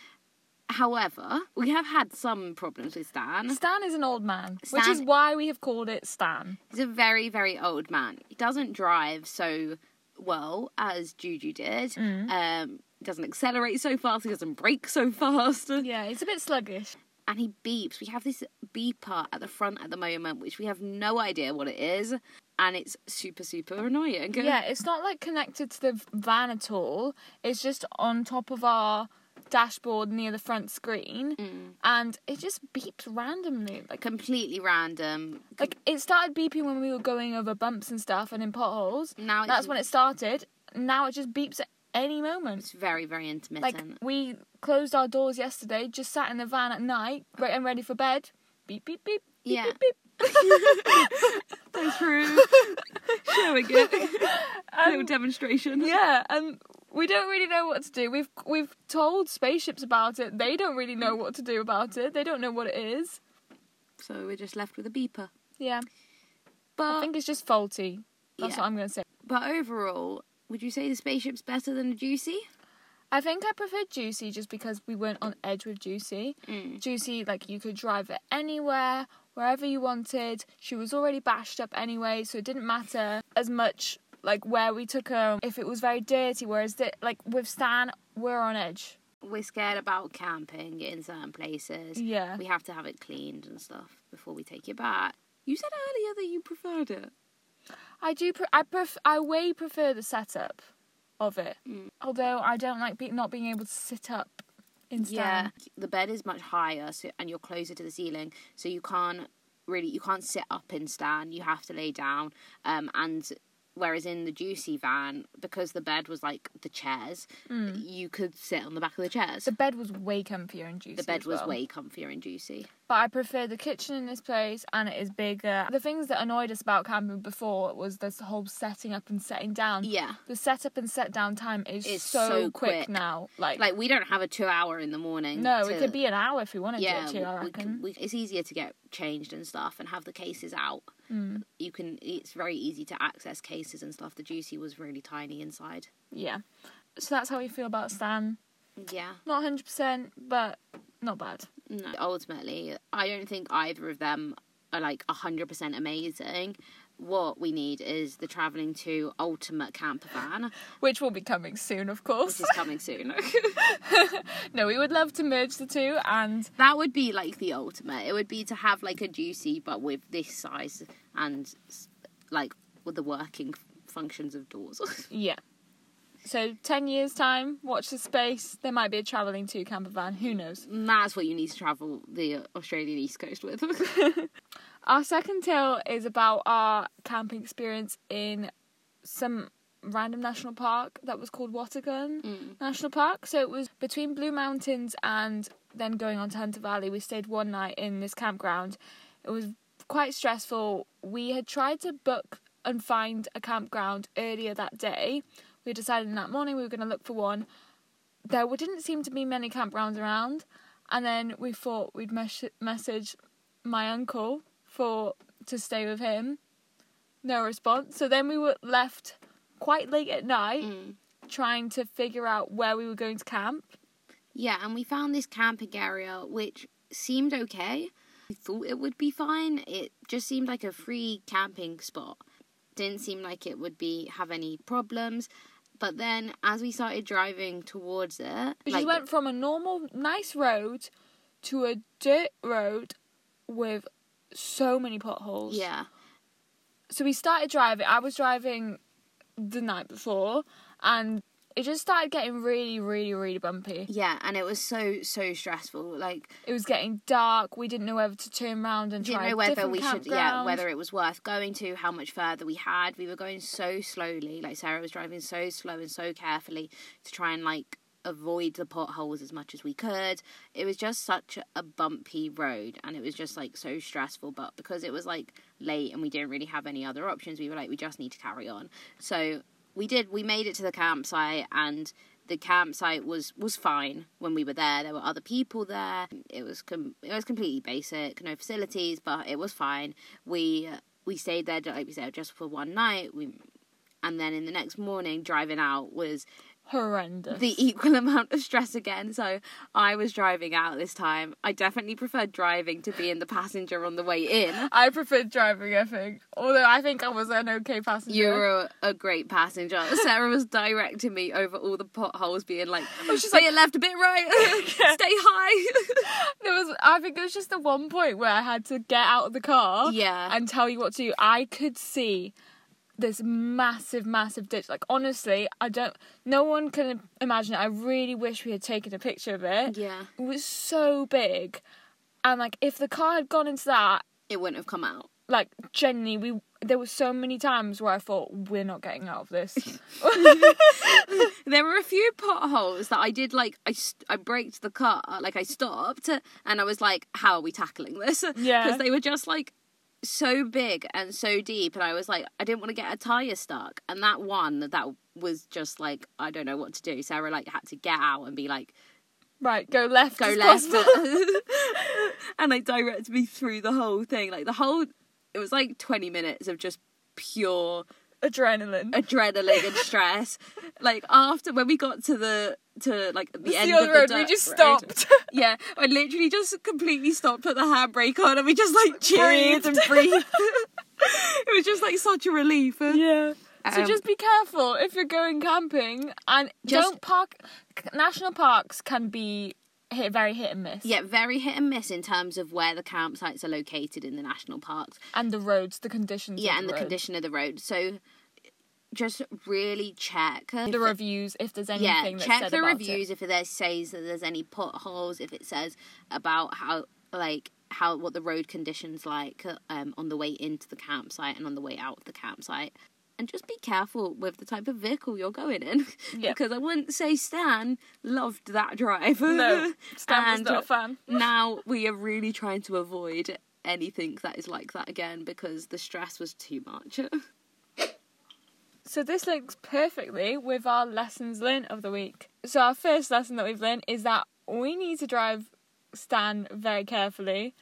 [SPEAKER 1] However, we have had some problems with Stan.
[SPEAKER 2] Stan is an old man, which is
[SPEAKER 1] Stan-
[SPEAKER 2] why we have called it Stan.
[SPEAKER 1] He's a very, very old man. He doesn't drive so well as Juju did.
[SPEAKER 2] Mm.
[SPEAKER 1] Um, doesn't accelerate so fast. He doesn't brake so fast.
[SPEAKER 2] Yeah, it's a bit sluggish.
[SPEAKER 1] And he beeps. We have this beeper at the front at the moment, which we have no idea what it is. And it's super, super annoying.
[SPEAKER 2] Yeah, it's not like connected to the van at all. It's just on top of our dashboard near the front screen,
[SPEAKER 1] Mm.
[SPEAKER 2] and it just beeps randomly. Like,
[SPEAKER 1] Completely random.
[SPEAKER 2] like it started beeping when we were going over bumps and stuff and in potholes.
[SPEAKER 1] Now it's-
[SPEAKER 2] that's when it started. Now it just beeps at any moment.
[SPEAKER 1] It's very, very
[SPEAKER 2] Like
[SPEAKER 1] intermittent.
[SPEAKER 2] we closed our doors yesterday, just sat in the van at night, re- and ready for bed. Beep beep beep. beep
[SPEAKER 1] Yeah.
[SPEAKER 2] Beep, beep.
[SPEAKER 1] That's true. Showing it. Little demonstration.
[SPEAKER 2] Yeah, and we don't really know what to do. We've we've told spaceships about it. They don't really know what to do about it. They don't know what it is.
[SPEAKER 1] So we're just left with a beeper.
[SPEAKER 2] Yeah,
[SPEAKER 1] But
[SPEAKER 2] I think it's just faulty. That's
[SPEAKER 1] Yeah.
[SPEAKER 2] what I'm gonna say.
[SPEAKER 1] But overall, would you say the spaceship's better than a juicy?
[SPEAKER 2] I think I preferred Juicy just because we weren't on edge with Juicy.
[SPEAKER 1] Mm.
[SPEAKER 2] Juicy, like you could drive it anywhere, wherever you wanted. She was already bashed up anyway, so it didn't matter as much like where we took her if it was very dirty. Whereas thi- like with Stan, we're on edge.
[SPEAKER 1] We're scared about camping in certain places.
[SPEAKER 2] Yeah.
[SPEAKER 1] We have to have it cleaned and stuff before we take it back. You said earlier that you preferred it.
[SPEAKER 2] I do. Pre- I pref- I way prefer the setup of it.
[SPEAKER 1] Mm.
[SPEAKER 2] Although I don't like be- not being able to sit up in Stan.
[SPEAKER 1] The bed is much higher so, and you're closer to the ceiling, so you can't really you can't sit up in stand. You have to lay down. Um and Whereas in the juicy van, because the bed was like the chairs, you could sit on the back of Mm. the chairs.
[SPEAKER 2] The bed was way comfier and juicy.
[SPEAKER 1] the bed
[SPEAKER 2] as
[SPEAKER 1] was
[SPEAKER 2] well.
[SPEAKER 1] way comfier and juicy.
[SPEAKER 2] But I prefer the kitchen in this place and it is bigger. The things that annoyed us about camping before was this whole setting up and setting down.
[SPEAKER 1] Yeah.
[SPEAKER 2] The setup and set down time is
[SPEAKER 1] It's
[SPEAKER 2] so,
[SPEAKER 1] so
[SPEAKER 2] quick,
[SPEAKER 1] quick.
[SPEAKER 2] now. Like,
[SPEAKER 1] Like we don't have a two hour in the morning.
[SPEAKER 2] no,
[SPEAKER 1] to-
[SPEAKER 2] it could be an hour if we wanted
[SPEAKER 1] yeah.
[SPEAKER 2] it to, I
[SPEAKER 1] we- we
[SPEAKER 2] reckon.
[SPEAKER 1] can- we- it's easier to get changed and stuff and have the cases out.
[SPEAKER 2] Mm.
[SPEAKER 1] You can. It's very easy to access cases and stuff. The juicy was really tiny inside.
[SPEAKER 2] yeah. So that's how we feel about Stan.
[SPEAKER 1] Yeah.
[SPEAKER 2] Not 100%, but not bad.
[SPEAKER 1] No. Ultimately, I don't think either of them are like 100% amazing. What we need is the travelling to ultimate camper van,
[SPEAKER 2] Which will be coming soon, of
[SPEAKER 1] which
[SPEAKER 2] course.
[SPEAKER 1] is coming soon.
[SPEAKER 2] no, we would love to merge the two and
[SPEAKER 1] that would be like the ultimate. It would be to have like a juicy, but with this size and s- like with the working f- functions of doors.
[SPEAKER 2] yeah. So 10 years' time, watch the space. There might be a travelling two camper van. Who knows?
[SPEAKER 1] And That's what you need to travel the Australian East Coast with.
[SPEAKER 2] Our second tale is about our camping experience in some random national park that was called Watergun National Park. So it was between Blue Mountains and then going on to Hunter Valley. We stayed one night in this campground. It was quite stressful. We had tried to book and find a campground earlier that day. We decided that morning we were going to look for one. There were- didn't seem to be many campgrounds around, and then we thought we'd mes- message my uncle for to stay with him. No response. So then we were left quite late at night
[SPEAKER 1] Mm.
[SPEAKER 2] trying to figure out where we were going to camp.
[SPEAKER 1] yeah, and we found this camping area which seemed okay. We thought it would be fine. It just seemed like a free camping spot. Didn't seem like it would be have any problems. But then as we started driving towards it,
[SPEAKER 2] We
[SPEAKER 1] like-
[SPEAKER 2] just went from a normal nice road to a dirt road with so many potholes.
[SPEAKER 1] yeah.
[SPEAKER 2] so we started driving. I was driving the night before, and it just started getting really, really, really bumpy.
[SPEAKER 1] Yeah, and it was so so stressful. Like
[SPEAKER 2] It was getting dark. We didn't know whether to turn round and
[SPEAKER 1] didn't
[SPEAKER 2] try
[SPEAKER 1] know
[SPEAKER 2] a
[SPEAKER 1] whether
[SPEAKER 2] different
[SPEAKER 1] we should yeah
[SPEAKER 2] campground.
[SPEAKER 1] whether it was worth going to, how much further we had. We were going so slowly. Like Sarah was driving so slow and so carefully to try and like avoid the potholes as much as we could. It was just such a bumpy road and it was just like so stressful, but because it was like late and we didn't really have any other options, we were like we just need to carry on. So we did we made it to the campsite and the campsite was was fine when we were there there were other people there it was com- it was completely basic no facilities but it was fine we we stayed there like we said just for one night we and then in the next morning driving out was
[SPEAKER 2] horrendous.
[SPEAKER 1] the equal amount of stress again so i was driving out this time i definitely preferred driving to being the passenger on the way in
[SPEAKER 2] I preferred driving. I think, although I think I was an okay passenger.
[SPEAKER 1] You were a great passenger. Sarah was directing me over all the potholes, being like,
[SPEAKER 2] she's
[SPEAKER 1] she's like, left, a bit right, stay high.
[SPEAKER 2] There was, I think, it was just the one point where I had to get out of the car.
[SPEAKER 1] Yeah.
[SPEAKER 2] And tell you what to do. I could see this massive, massive ditch. Like honestly, I don't. No one can imagine it. I really wish we had taken a picture of it.
[SPEAKER 1] yeah,
[SPEAKER 2] It was so big, and like if the car had gone into that,
[SPEAKER 1] it wouldn't have come out.
[SPEAKER 2] like genuinely, we there were so many times where I thought we're not getting out of this.
[SPEAKER 1] There were a few potholes that I did like. I st- I braked the car, like I stopped, and I was like, how are we tackling this?
[SPEAKER 2] Yeah.
[SPEAKER 1] because they were just like so big and so deep, and I was like, I didn't want to get a tire stuck. And that one, that was just like, I don't know what to do. Sarah like had to get out and be like,
[SPEAKER 2] right, go left.
[SPEAKER 1] go
[SPEAKER 2] as
[SPEAKER 1] left
[SPEAKER 2] possible.
[SPEAKER 1] and they directed me through the whole thing like the whole it was like 20 minutes of just pure
[SPEAKER 2] Adrenaline.
[SPEAKER 1] adrenaline and stress like after when we got to the to like the
[SPEAKER 2] It's
[SPEAKER 1] end
[SPEAKER 2] the other
[SPEAKER 1] of
[SPEAKER 2] road.
[SPEAKER 1] the
[SPEAKER 2] We
[SPEAKER 1] dirt
[SPEAKER 2] just
[SPEAKER 1] road,
[SPEAKER 2] stopped.
[SPEAKER 1] yeah i literally just completely stopped put the handbrake on and we just like cheered
[SPEAKER 2] Breathed.
[SPEAKER 1] and breathed it was just like such a relief
[SPEAKER 2] Yeah. So
[SPEAKER 1] Um,
[SPEAKER 2] just be careful if you're going camping and
[SPEAKER 1] Just-
[SPEAKER 2] don't park. c- National parks can be hit very hit and miss.
[SPEAKER 1] yeah very hit and miss in terms of where the campsites are located in the national parks
[SPEAKER 2] And the roads, the conditions.
[SPEAKER 1] yeah
[SPEAKER 2] of
[SPEAKER 1] and the
[SPEAKER 2] roads.
[SPEAKER 1] condition of the road so just really check
[SPEAKER 2] The reviews, if there's anything
[SPEAKER 1] yeah
[SPEAKER 2] that's
[SPEAKER 1] check
[SPEAKER 2] said
[SPEAKER 1] the
[SPEAKER 2] about it.
[SPEAKER 1] reviews if it there says that there's any potholes if it says about how like how what the road conditions like um, on the way into the campsite and on the way out of the campsite and just be careful with the type of vehicle you're going in.
[SPEAKER 3] Yeah.
[SPEAKER 1] because I wouldn't say Stan loved that drive.
[SPEAKER 3] No, Stan was
[SPEAKER 1] And
[SPEAKER 3] not a fan.
[SPEAKER 1] Mm-hmm. now we are really trying to avoid anything that is like that again because the stress was too much.
[SPEAKER 3] So this links perfectly with our lessons learned of the week. So our first lesson that we've learned is that we need to drive Stan very carefully.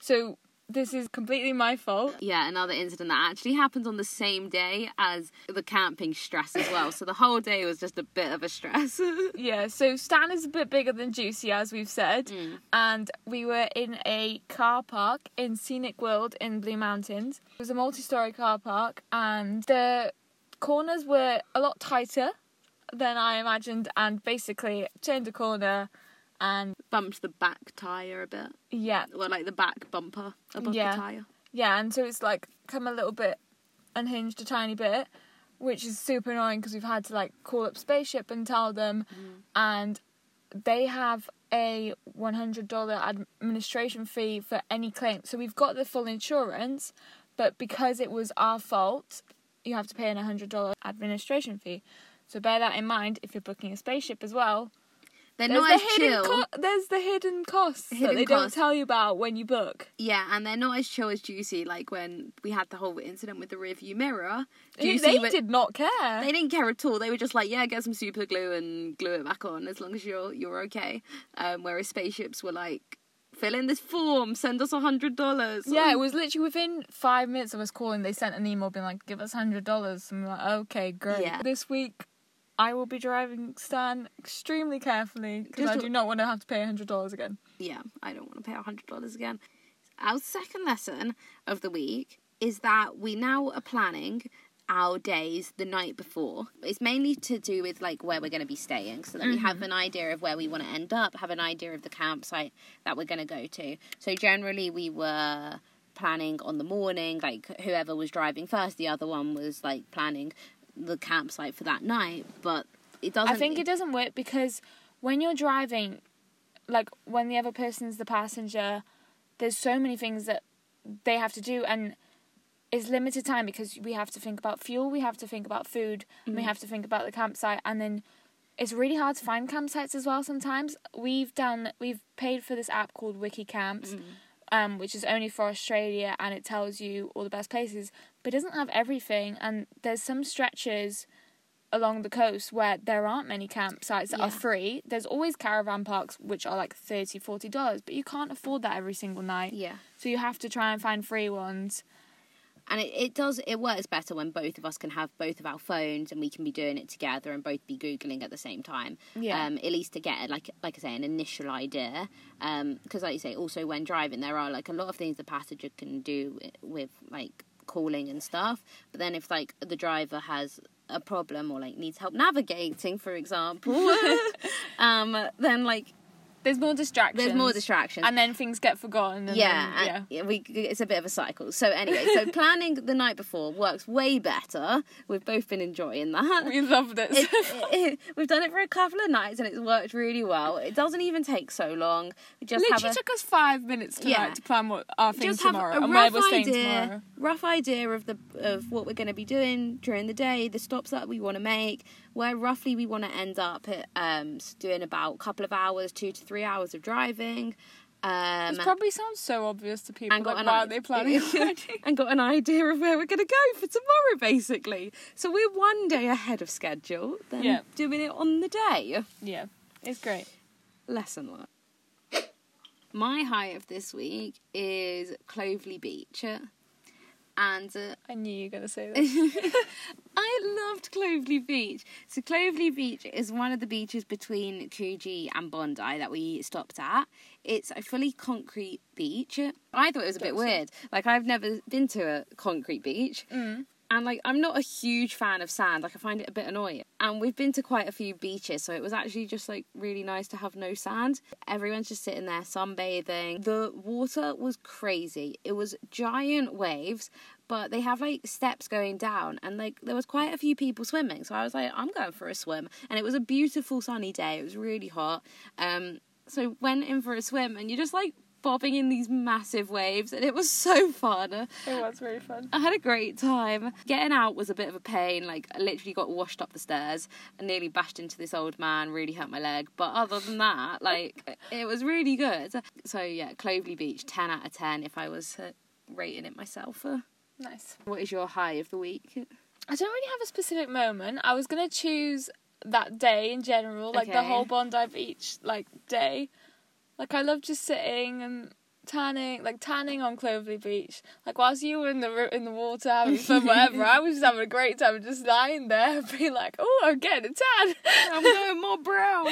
[SPEAKER 3] So this is completely my fault.
[SPEAKER 1] yeah, another incident that actually happened on the same day as the camping stress as well. so the whole day was just a bit of a stress.
[SPEAKER 3] Yeah, so Stan is a bit bigger than Juicy, as we've said, and we were in a car park in Scenic World in Blue Mountains. It was a multi story car park, and the corners were a lot tighter than I imagined, and basically turned a corner, and
[SPEAKER 1] Bumped the back tire a bit,
[SPEAKER 3] yeah,
[SPEAKER 1] or like the back bumper above
[SPEAKER 3] Yeah.
[SPEAKER 1] the tire.
[SPEAKER 3] yeah, and so it's like come a little bit unhinged a tiny bit, which is super annoying because we've had to like call up Spaceship and tell them,
[SPEAKER 1] Mm.
[SPEAKER 3] and they have a one hundred dollar administration fee for any claim. So we've got the full insurance, but because it was our fault, you have to pay an hundred dollar administration fee. So bear that in mind if you're booking a spaceship as well.
[SPEAKER 1] They're
[SPEAKER 3] There's
[SPEAKER 1] not
[SPEAKER 3] the
[SPEAKER 1] as
[SPEAKER 3] hidden
[SPEAKER 1] chill.
[SPEAKER 3] co- there's the hidden costs that
[SPEAKER 1] Hidden
[SPEAKER 3] they
[SPEAKER 1] costs.
[SPEAKER 3] don't tell you about when you book.
[SPEAKER 1] yeah, and they're not as chill as Juicy. Like when we had the whole incident with the rearview mirror.
[SPEAKER 3] They
[SPEAKER 1] Juicy wa-
[SPEAKER 3] did not care.
[SPEAKER 1] They didn't care at all. They were just like, yeah, get some super glue and glue it back on as long as you're you're okay. Um, whereas spaceships were like, fill in this form, send us a hundred dollars.
[SPEAKER 3] Yeah, it was literally within five minutes of us calling, they sent an email being like, give us $100. And we're like, okay, great.
[SPEAKER 1] Yeah.
[SPEAKER 3] This week, I will be driving Stan extremely carefully because
[SPEAKER 1] Just
[SPEAKER 3] I
[SPEAKER 1] a-
[SPEAKER 3] do not want to have to pay $100 again.
[SPEAKER 1] yeah, I don't want to pay a hundred dollars again. Our second lesson of the week is that we now are planning our days the night before. It's mainly to do with like where we're going to be staying, so that we
[SPEAKER 2] Mm-hmm.
[SPEAKER 1] have an idea of where we want to end up, have an idea of the campsite that we're going to go to. So generally, we were planning on the morning, like whoever was driving first, the other one was like planning the campsite for that night, but. It doesn't.
[SPEAKER 2] I think it doesn't work because when you're driving, like when the other person's the passenger, there's so many things that they have to do and it's limited time because we have to think about fuel, we have to think about food, and we
[SPEAKER 1] Mm-hmm.
[SPEAKER 2] have to think about the campsite and then it's really hard to find campsites as well sometimes. We've done we've paid for this app called Wiki Camps.
[SPEAKER 1] Mm-hmm.
[SPEAKER 2] Um, which is only for Australia and it tells you all the best places, but it doesn't have everything. And there's some stretches along the coast where there aren't many campsites that
[SPEAKER 1] Yeah.
[SPEAKER 2] are free. There's always caravan parks which are like 30 40 dollars, but you can't afford that every single night.
[SPEAKER 1] Yeah.
[SPEAKER 2] So you have to try and find free ones.
[SPEAKER 1] and it, it does it works better when both of us can have both of our phones and we can be doing it together and both be googling at the same time
[SPEAKER 2] Yeah.
[SPEAKER 1] um at least to get like like i say an initial idea um because like you say also when driving there are like a lot of things the passenger can do wi- with like calling and stuff but then if like the driver has a problem or like needs help navigating for example um then like
[SPEAKER 2] There's more distractions.
[SPEAKER 1] there's more distractions
[SPEAKER 2] And then things get forgotten. And
[SPEAKER 3] Um,
[SPEAKER 1] yeah,
[SPEAKER 2] then-
[SPEAKER 1] and- yeah. We it's a bit of a cycle. So anyway, so planning the night before works way better. We've both been enjoying that.
[SPEAKER 3] We loved it.
[SPEAKER 1] It- it- we've done it for a couple of nights and it's worked really well. It doesn't even take so long. We just
[SPEAKER 3] literally
[SPEAKER 1] have a,
[SPEAKER 3] took us five minutes tonight
[SPEAKER 1] Yeah.
[SPEAKER 3] to plan what our thing
[SPEAKER 1] just have
[SPEAKER 3] tomorrow
[SPEAKER 1] a
[SPEAKER 3] and where
[SPEAKER 1] rough
[SPEAKER 3] we're staying tomorrow.
[SPEAKER 1] idea, rough idea of the of what we're going to be doing during the day, the stops that we want to make, where roughly we want to end up. At, um, s- doing about a couple of hours, two to three hours of driving. Um,
[SPEAKER 3] It probably sounds so obvious to people.
[SPEAKER 1] and got
[SPEAKER 3] Like,
[SPEAKER 1] an
[SPEAKER 3] why
[SPEAKER 1] i-
[SPEAKER 3] are they planning already?
[SPEAKER 1] and got an idea of where we're going to go for tomorrow, basically. So we're one day ahead of schedule than
[SPEAKER 3] Yeah.
[SPEAKER 1] doing it on the day.
[SPEAKER 3] yeah, it's great.
[SPEAKER 1] Lesson learned. My high of this week is Cloveley Beach, and uh,
[SPEAKER 3] I knew you were going to say that.
[SPEAKER 1] I loved Cloveley Beach. So Cloveley Beach is one of the beaches between Coogee and Bondi that we stopped at. It's a fully concrete beach. I thought it was a bit weird. Like I've never been to a concrete beach. And like I'm not a huge fan of sand. Like I find it a bit annoying. And we've been to quite a few beaches, so it was actually just like really nice to have no sand. Everyone's just sitting there sunbathing. The water was crazy. It was giant waves, but they have like steps going down and like there was quite a few people swimming. So I was like I'm going for a swim. And it was a beautiful sunny day. It was really hot. Um so went in for a swim and you're just like bobbing in these massive waves, and it was so fun.
[SPEAKER 2] It was very fun.
[SPEAKER 1] I had a great time. Getting out was a bit of a pain. Like, I literally got washed up the stairs and nearly bashed into this old man, really hurt my leg. But other than that, like, it was really good. So, yeah, Clovelly Beach, 10 out of 10 if I was uh, rating it myself. Uh,
[SPEAKER 2] Nice.
[SPEAKER 1] What is your high of the week?
[SPEAKER 2] I don't really have a specific moment. I was gonna choose that day in general, like the
[SPEAKER 1] Okay.
[SPEAKER 2] whole Bondi Beach like day. Like I love just sitting and tanning, like tanning on Clovelly Beach. Like whilst you were in the ro- in the water having fun, whatever, I was just having a great time, just lying there, being like, "Oh, I'm getting a tan."
[SPEAKER 1] I'm going more brown.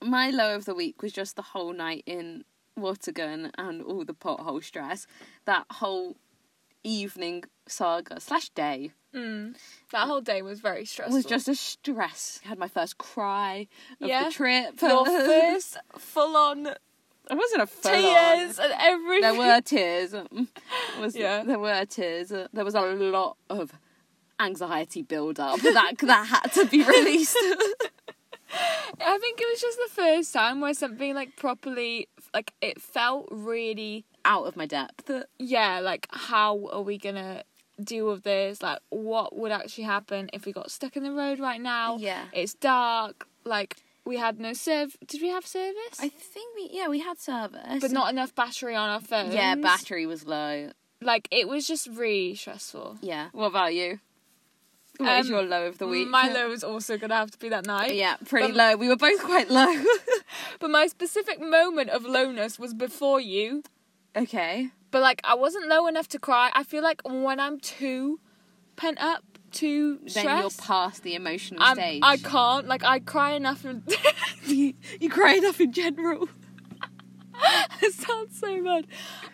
[SPEAKER 1] My low of the week was just the whole night in Watergun and all the pothole stress. That whole evening saga slash day
[SPEAKER 2] Mm. That whole day was very stressful.
[SPEAKER 1] was just a stress. I had my first cry of
[SPEAKER 2] Yeah.
[SPEAKER 1] the trip.
[SPEAKER 2] your first full on
[SPEAKER 1] I wasn't a full
[SPEAKER 2] tears and everything.
[SPEAKER 1] There were tears. Mm. Was,
[SPEAKER 2] Yeah.
[SPEAKER 1] There were tears. There was a lot of anxiety build up that that had to be released.
[SPEAKER 2] I think it was just the first time where something like properly like it felt really
[SPEAKER 1] Out of my depth.
[SPEAKER 2] yeah, like how are we gonna deal with this? Like what would actually happen if we got stuck in the road right now?
[SPEAKER 1] Yeah.
[SPEAKER 2] It's dark, like we had no serv did we have service?
[SPEAKER 1] I think we yeah we had service,
[SPEAKER 2] but not enough battery on our phones.
[SPEAKER 1] yeah battery was low.
[SPEAKER 2] like it was just really stressful.
[SPEAKER 1] Yeah. What about you? What is
[SPEAKER 2] Um,
[SPEAKER 1] your low Um, of the week?
[SPEAKER 2] Milo was also gonna have to be that night.
[SPEAKER 1] Yeah, pretty
[SPEAKER 2] But-
[SPEAKER 1] low. We were both quite low.
[SPEAKER 2] But my specific moment of lowness was before you.
[SPEAKER 1] okay.
[SPEAKER 2] But like I wasn't low enough to cry. I feel like when I'm too pent up, too
[SPEAKER 1] Then you're
[SPEAKER 2] stressed,
[SPEAKER 1] past the emotional
[SPEAKER 2] I'm,
[SPEAKER 1] stage.
[SPEAKER 2] I can't. Like I cry enough. And
[SPEAKER 1] you, you cry enough in general.
[SPEAKER 2] it sounds so bad.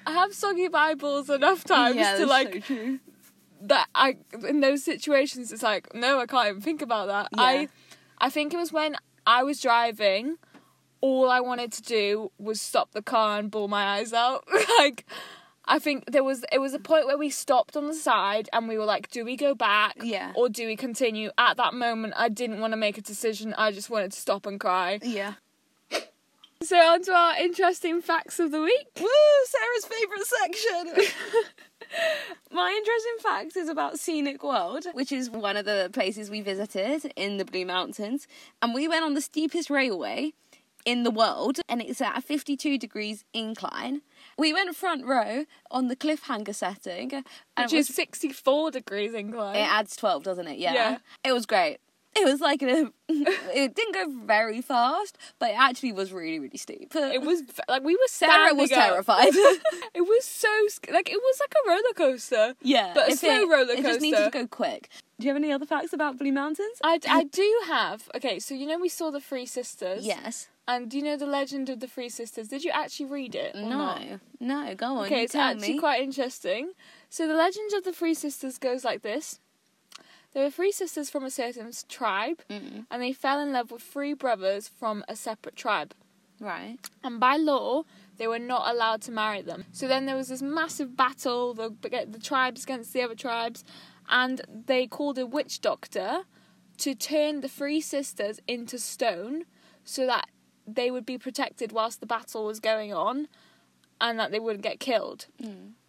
[SPEAKER 2] I have soggy eyeballs enough times
[SPEAKER 1] yeah,
[SPEAKER 2] to
[SPEAKER 1] that's
[SPEAKER 2] like
[SPEAKER 1] so true.
[SPEAKER 2] that. I in those situations, it's like no, I can't even think about that.
[SPEAKER 1] Yeah.
[SPEAKER 2] I, I think it was when I was driving. All I wanted to do was stop the car and bawl my eyes out. like, I think there was it was a point where we stopped on the side and we were like, do we go back?
[SPEAKER 1] Yeah.
[SPEAKER 2] or do we continue? At that moment, I didn't want to make a decision. I just wanted to stop and cry.
[SPEAKER 1] Yeah.
[SPEAKER 2] So on to our interesting facts of the week.
[SPEAKER 1] Woo! Sarah's favourite section! My interesting fact is about Scenic World, which is one of the places we visited in the Blue Mountains. And we went on the steepest railway in the world, and it's at a 52 degrees incline. We went front row on the cliffhanger setting, and
[SPEAKER 2] Which
[SPEAKER 1] it, was,
[SPEAKER 2] is 64 degrees incline.
[SPEAKER 1] it adds 12, doesn't it? Yeah.
[SPEAKER 2] Yeah.
[SPEAKER 1] It was great. It was like, a, it didn't go very fast, but it actually was really, really steep.
[SPEAKER 2] It was v- like we were
[SPEAKER 1] Sarah
[SPEAKER 2] standing
[SPEAKER 1] was
[SPEAKER 2] up.
[SPEAKER 1] terrified.
[SPEAKER 2] It was so sc- like it was like a roller coaster.
[SPEAKER 1] Yeah,
[SPEAKER 2] But a
[SPEAKER 1] if
[SPEAKER 2] slow roller
[SPEAKER 1] It just needed to
[SPEAKER 2] coaster.
[SPEAKER 1] go quick. Do you have any other facts about Blue Mountains?
[SPEAKER 2] I, I do have okay. So you know we saw the Three Sisters.
[SPEAKER 1] yes.
[SPEAKER 2] And do you know the legend of the Three Sisters? Did you actually read it? or not?
[SPEAKER 1] No. No. Go on.
[SPEAKER 2] Okay,
[SPEAKER 1] you
[SPEAKER 2] it's
[SPEAKER 1] tell
[SPEAKER 2] actually
[SPEAKER 1] me.
[SPEAKER 2] quite interesting. So the legend of the three sisters goes like this. There were three sisters from a certain s- tribe,
[SPEAKER 1] Mm-hmm.
[SPEAKER 2] and they fell in love with three brothers from a separate tribe.
[SPEAKER 1] right.
[SPEAKER 2] And by law, they were not allowed to marry them. So then there was this massive battle, the, the tribes against the other tribes, and they called a witch doctor to turn the three sisters into stone so that they would be protected whilst the battle was going on and that they wouldn't get killed.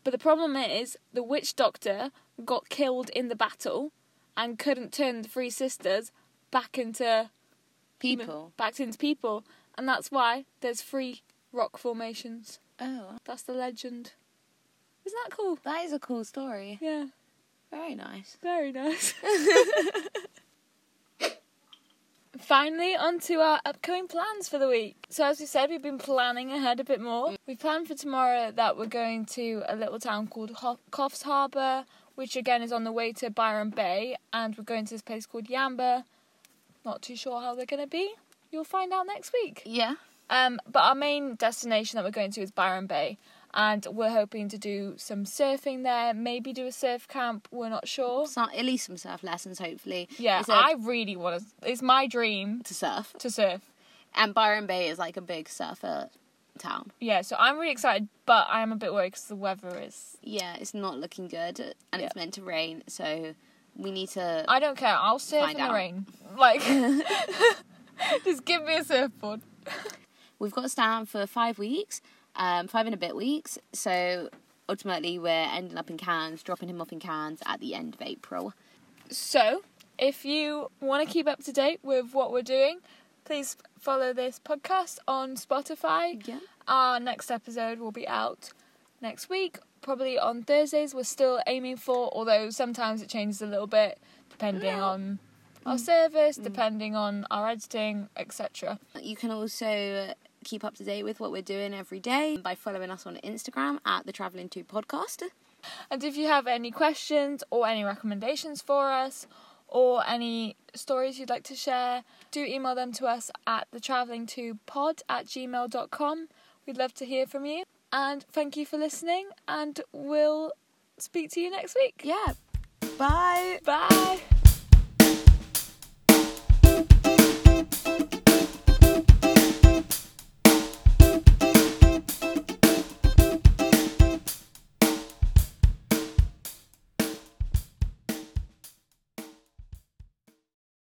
[SPEAKER 2] But the problem is, the witch doctor got killed in the battle and couldn't turn the three sisters back into
[SPEAKER 1] People.
[SPEAKER 2] backed into people, and that's why there's three rock formations.
[SPEAKER 1] Oh,
[SPEAKER 2] That's the legend. Isn't that cool?
[SPEAKER 1] that is a cool story.
[SPEAKER 2] Yeah,
[SPEAKER 1] Very nice.
[SPEAKER 2] very nice. Finally, on to our upcoming plans for the week. So, as we said, we've been planning ahead a bit more. We plan for tomorrow that we're going to a little town called Ho- Coffs Harbour, which again is on the way to Byron Bay, and we're going to this place called Yamba. Not too sure how they're going to be. You'll find out next week.
[SPEAKER 1] Yeah.
[SPEAKER 2] Um, but our main destination that we're going to is Byron Bay, and we're hoping to do some surfing there. Maybe do a surf camp. We're not sure.
[SPEAKER 1] So, at least some surf lessons, hopefully.
[SPEAKER 2] Yeah,
[SPEAKER 1] It's a-
[SPEAKER 2] I really want to. It's my dream
[SPEAKER 1] to surf.
[SPEAKER 2] to surf.
[SPEAKER 1] And Byron Bay is like a big surfer town.
[SPEAKER 2] Yeah, so I'm really excited, but I'm a bit worried because the weather is.
[SPEAKER 1] Yeah, it's not looking good, and it's meant to rain, so we need to.
[SPEAKER 2] I don't care. I'll surf
[SPEAKER 1] Find
[SPEAKER 2] in the
[SPEAKER 1] out.
[SPEAKER 2] rain. Like, just give me a surfboard.
[SPEAKER 1] We've got Stan for five weeks, um, five and a bit weeks. So ultimately, we're ending up in Cairns, dropping him off in Cairns at the end of April.
[SPEAKER 2] So, if you want to keep up to date with what we're doing, please follow this podcast on Spotify.
[SPEAKER 1] Yeah.
[SPEAKER 2] Our next episode will be out next week, probably on Thursdays. We're still aiming for, although sometimes it changes a little bit depending
[SPEAKER 1] Yeah. Mm.
[SPEAKER 2] on our service, depending on our editing, etc.
[SPEAKER 1] You can also keep up to date with what we're doing every day by following us on Instagram at the Traveling Two Podcast.
[SPEAKER 2] And if you have any questions or any recommendations for us or any stories you'd like to share, do email them to us at thetravelling2pod at gmail.com. We'd love to hear from you. And thank you for listening, and we'll speak to you next week.
[SPEAKER 1] Yeah. Bye.
[SPEAKER 2] Bye.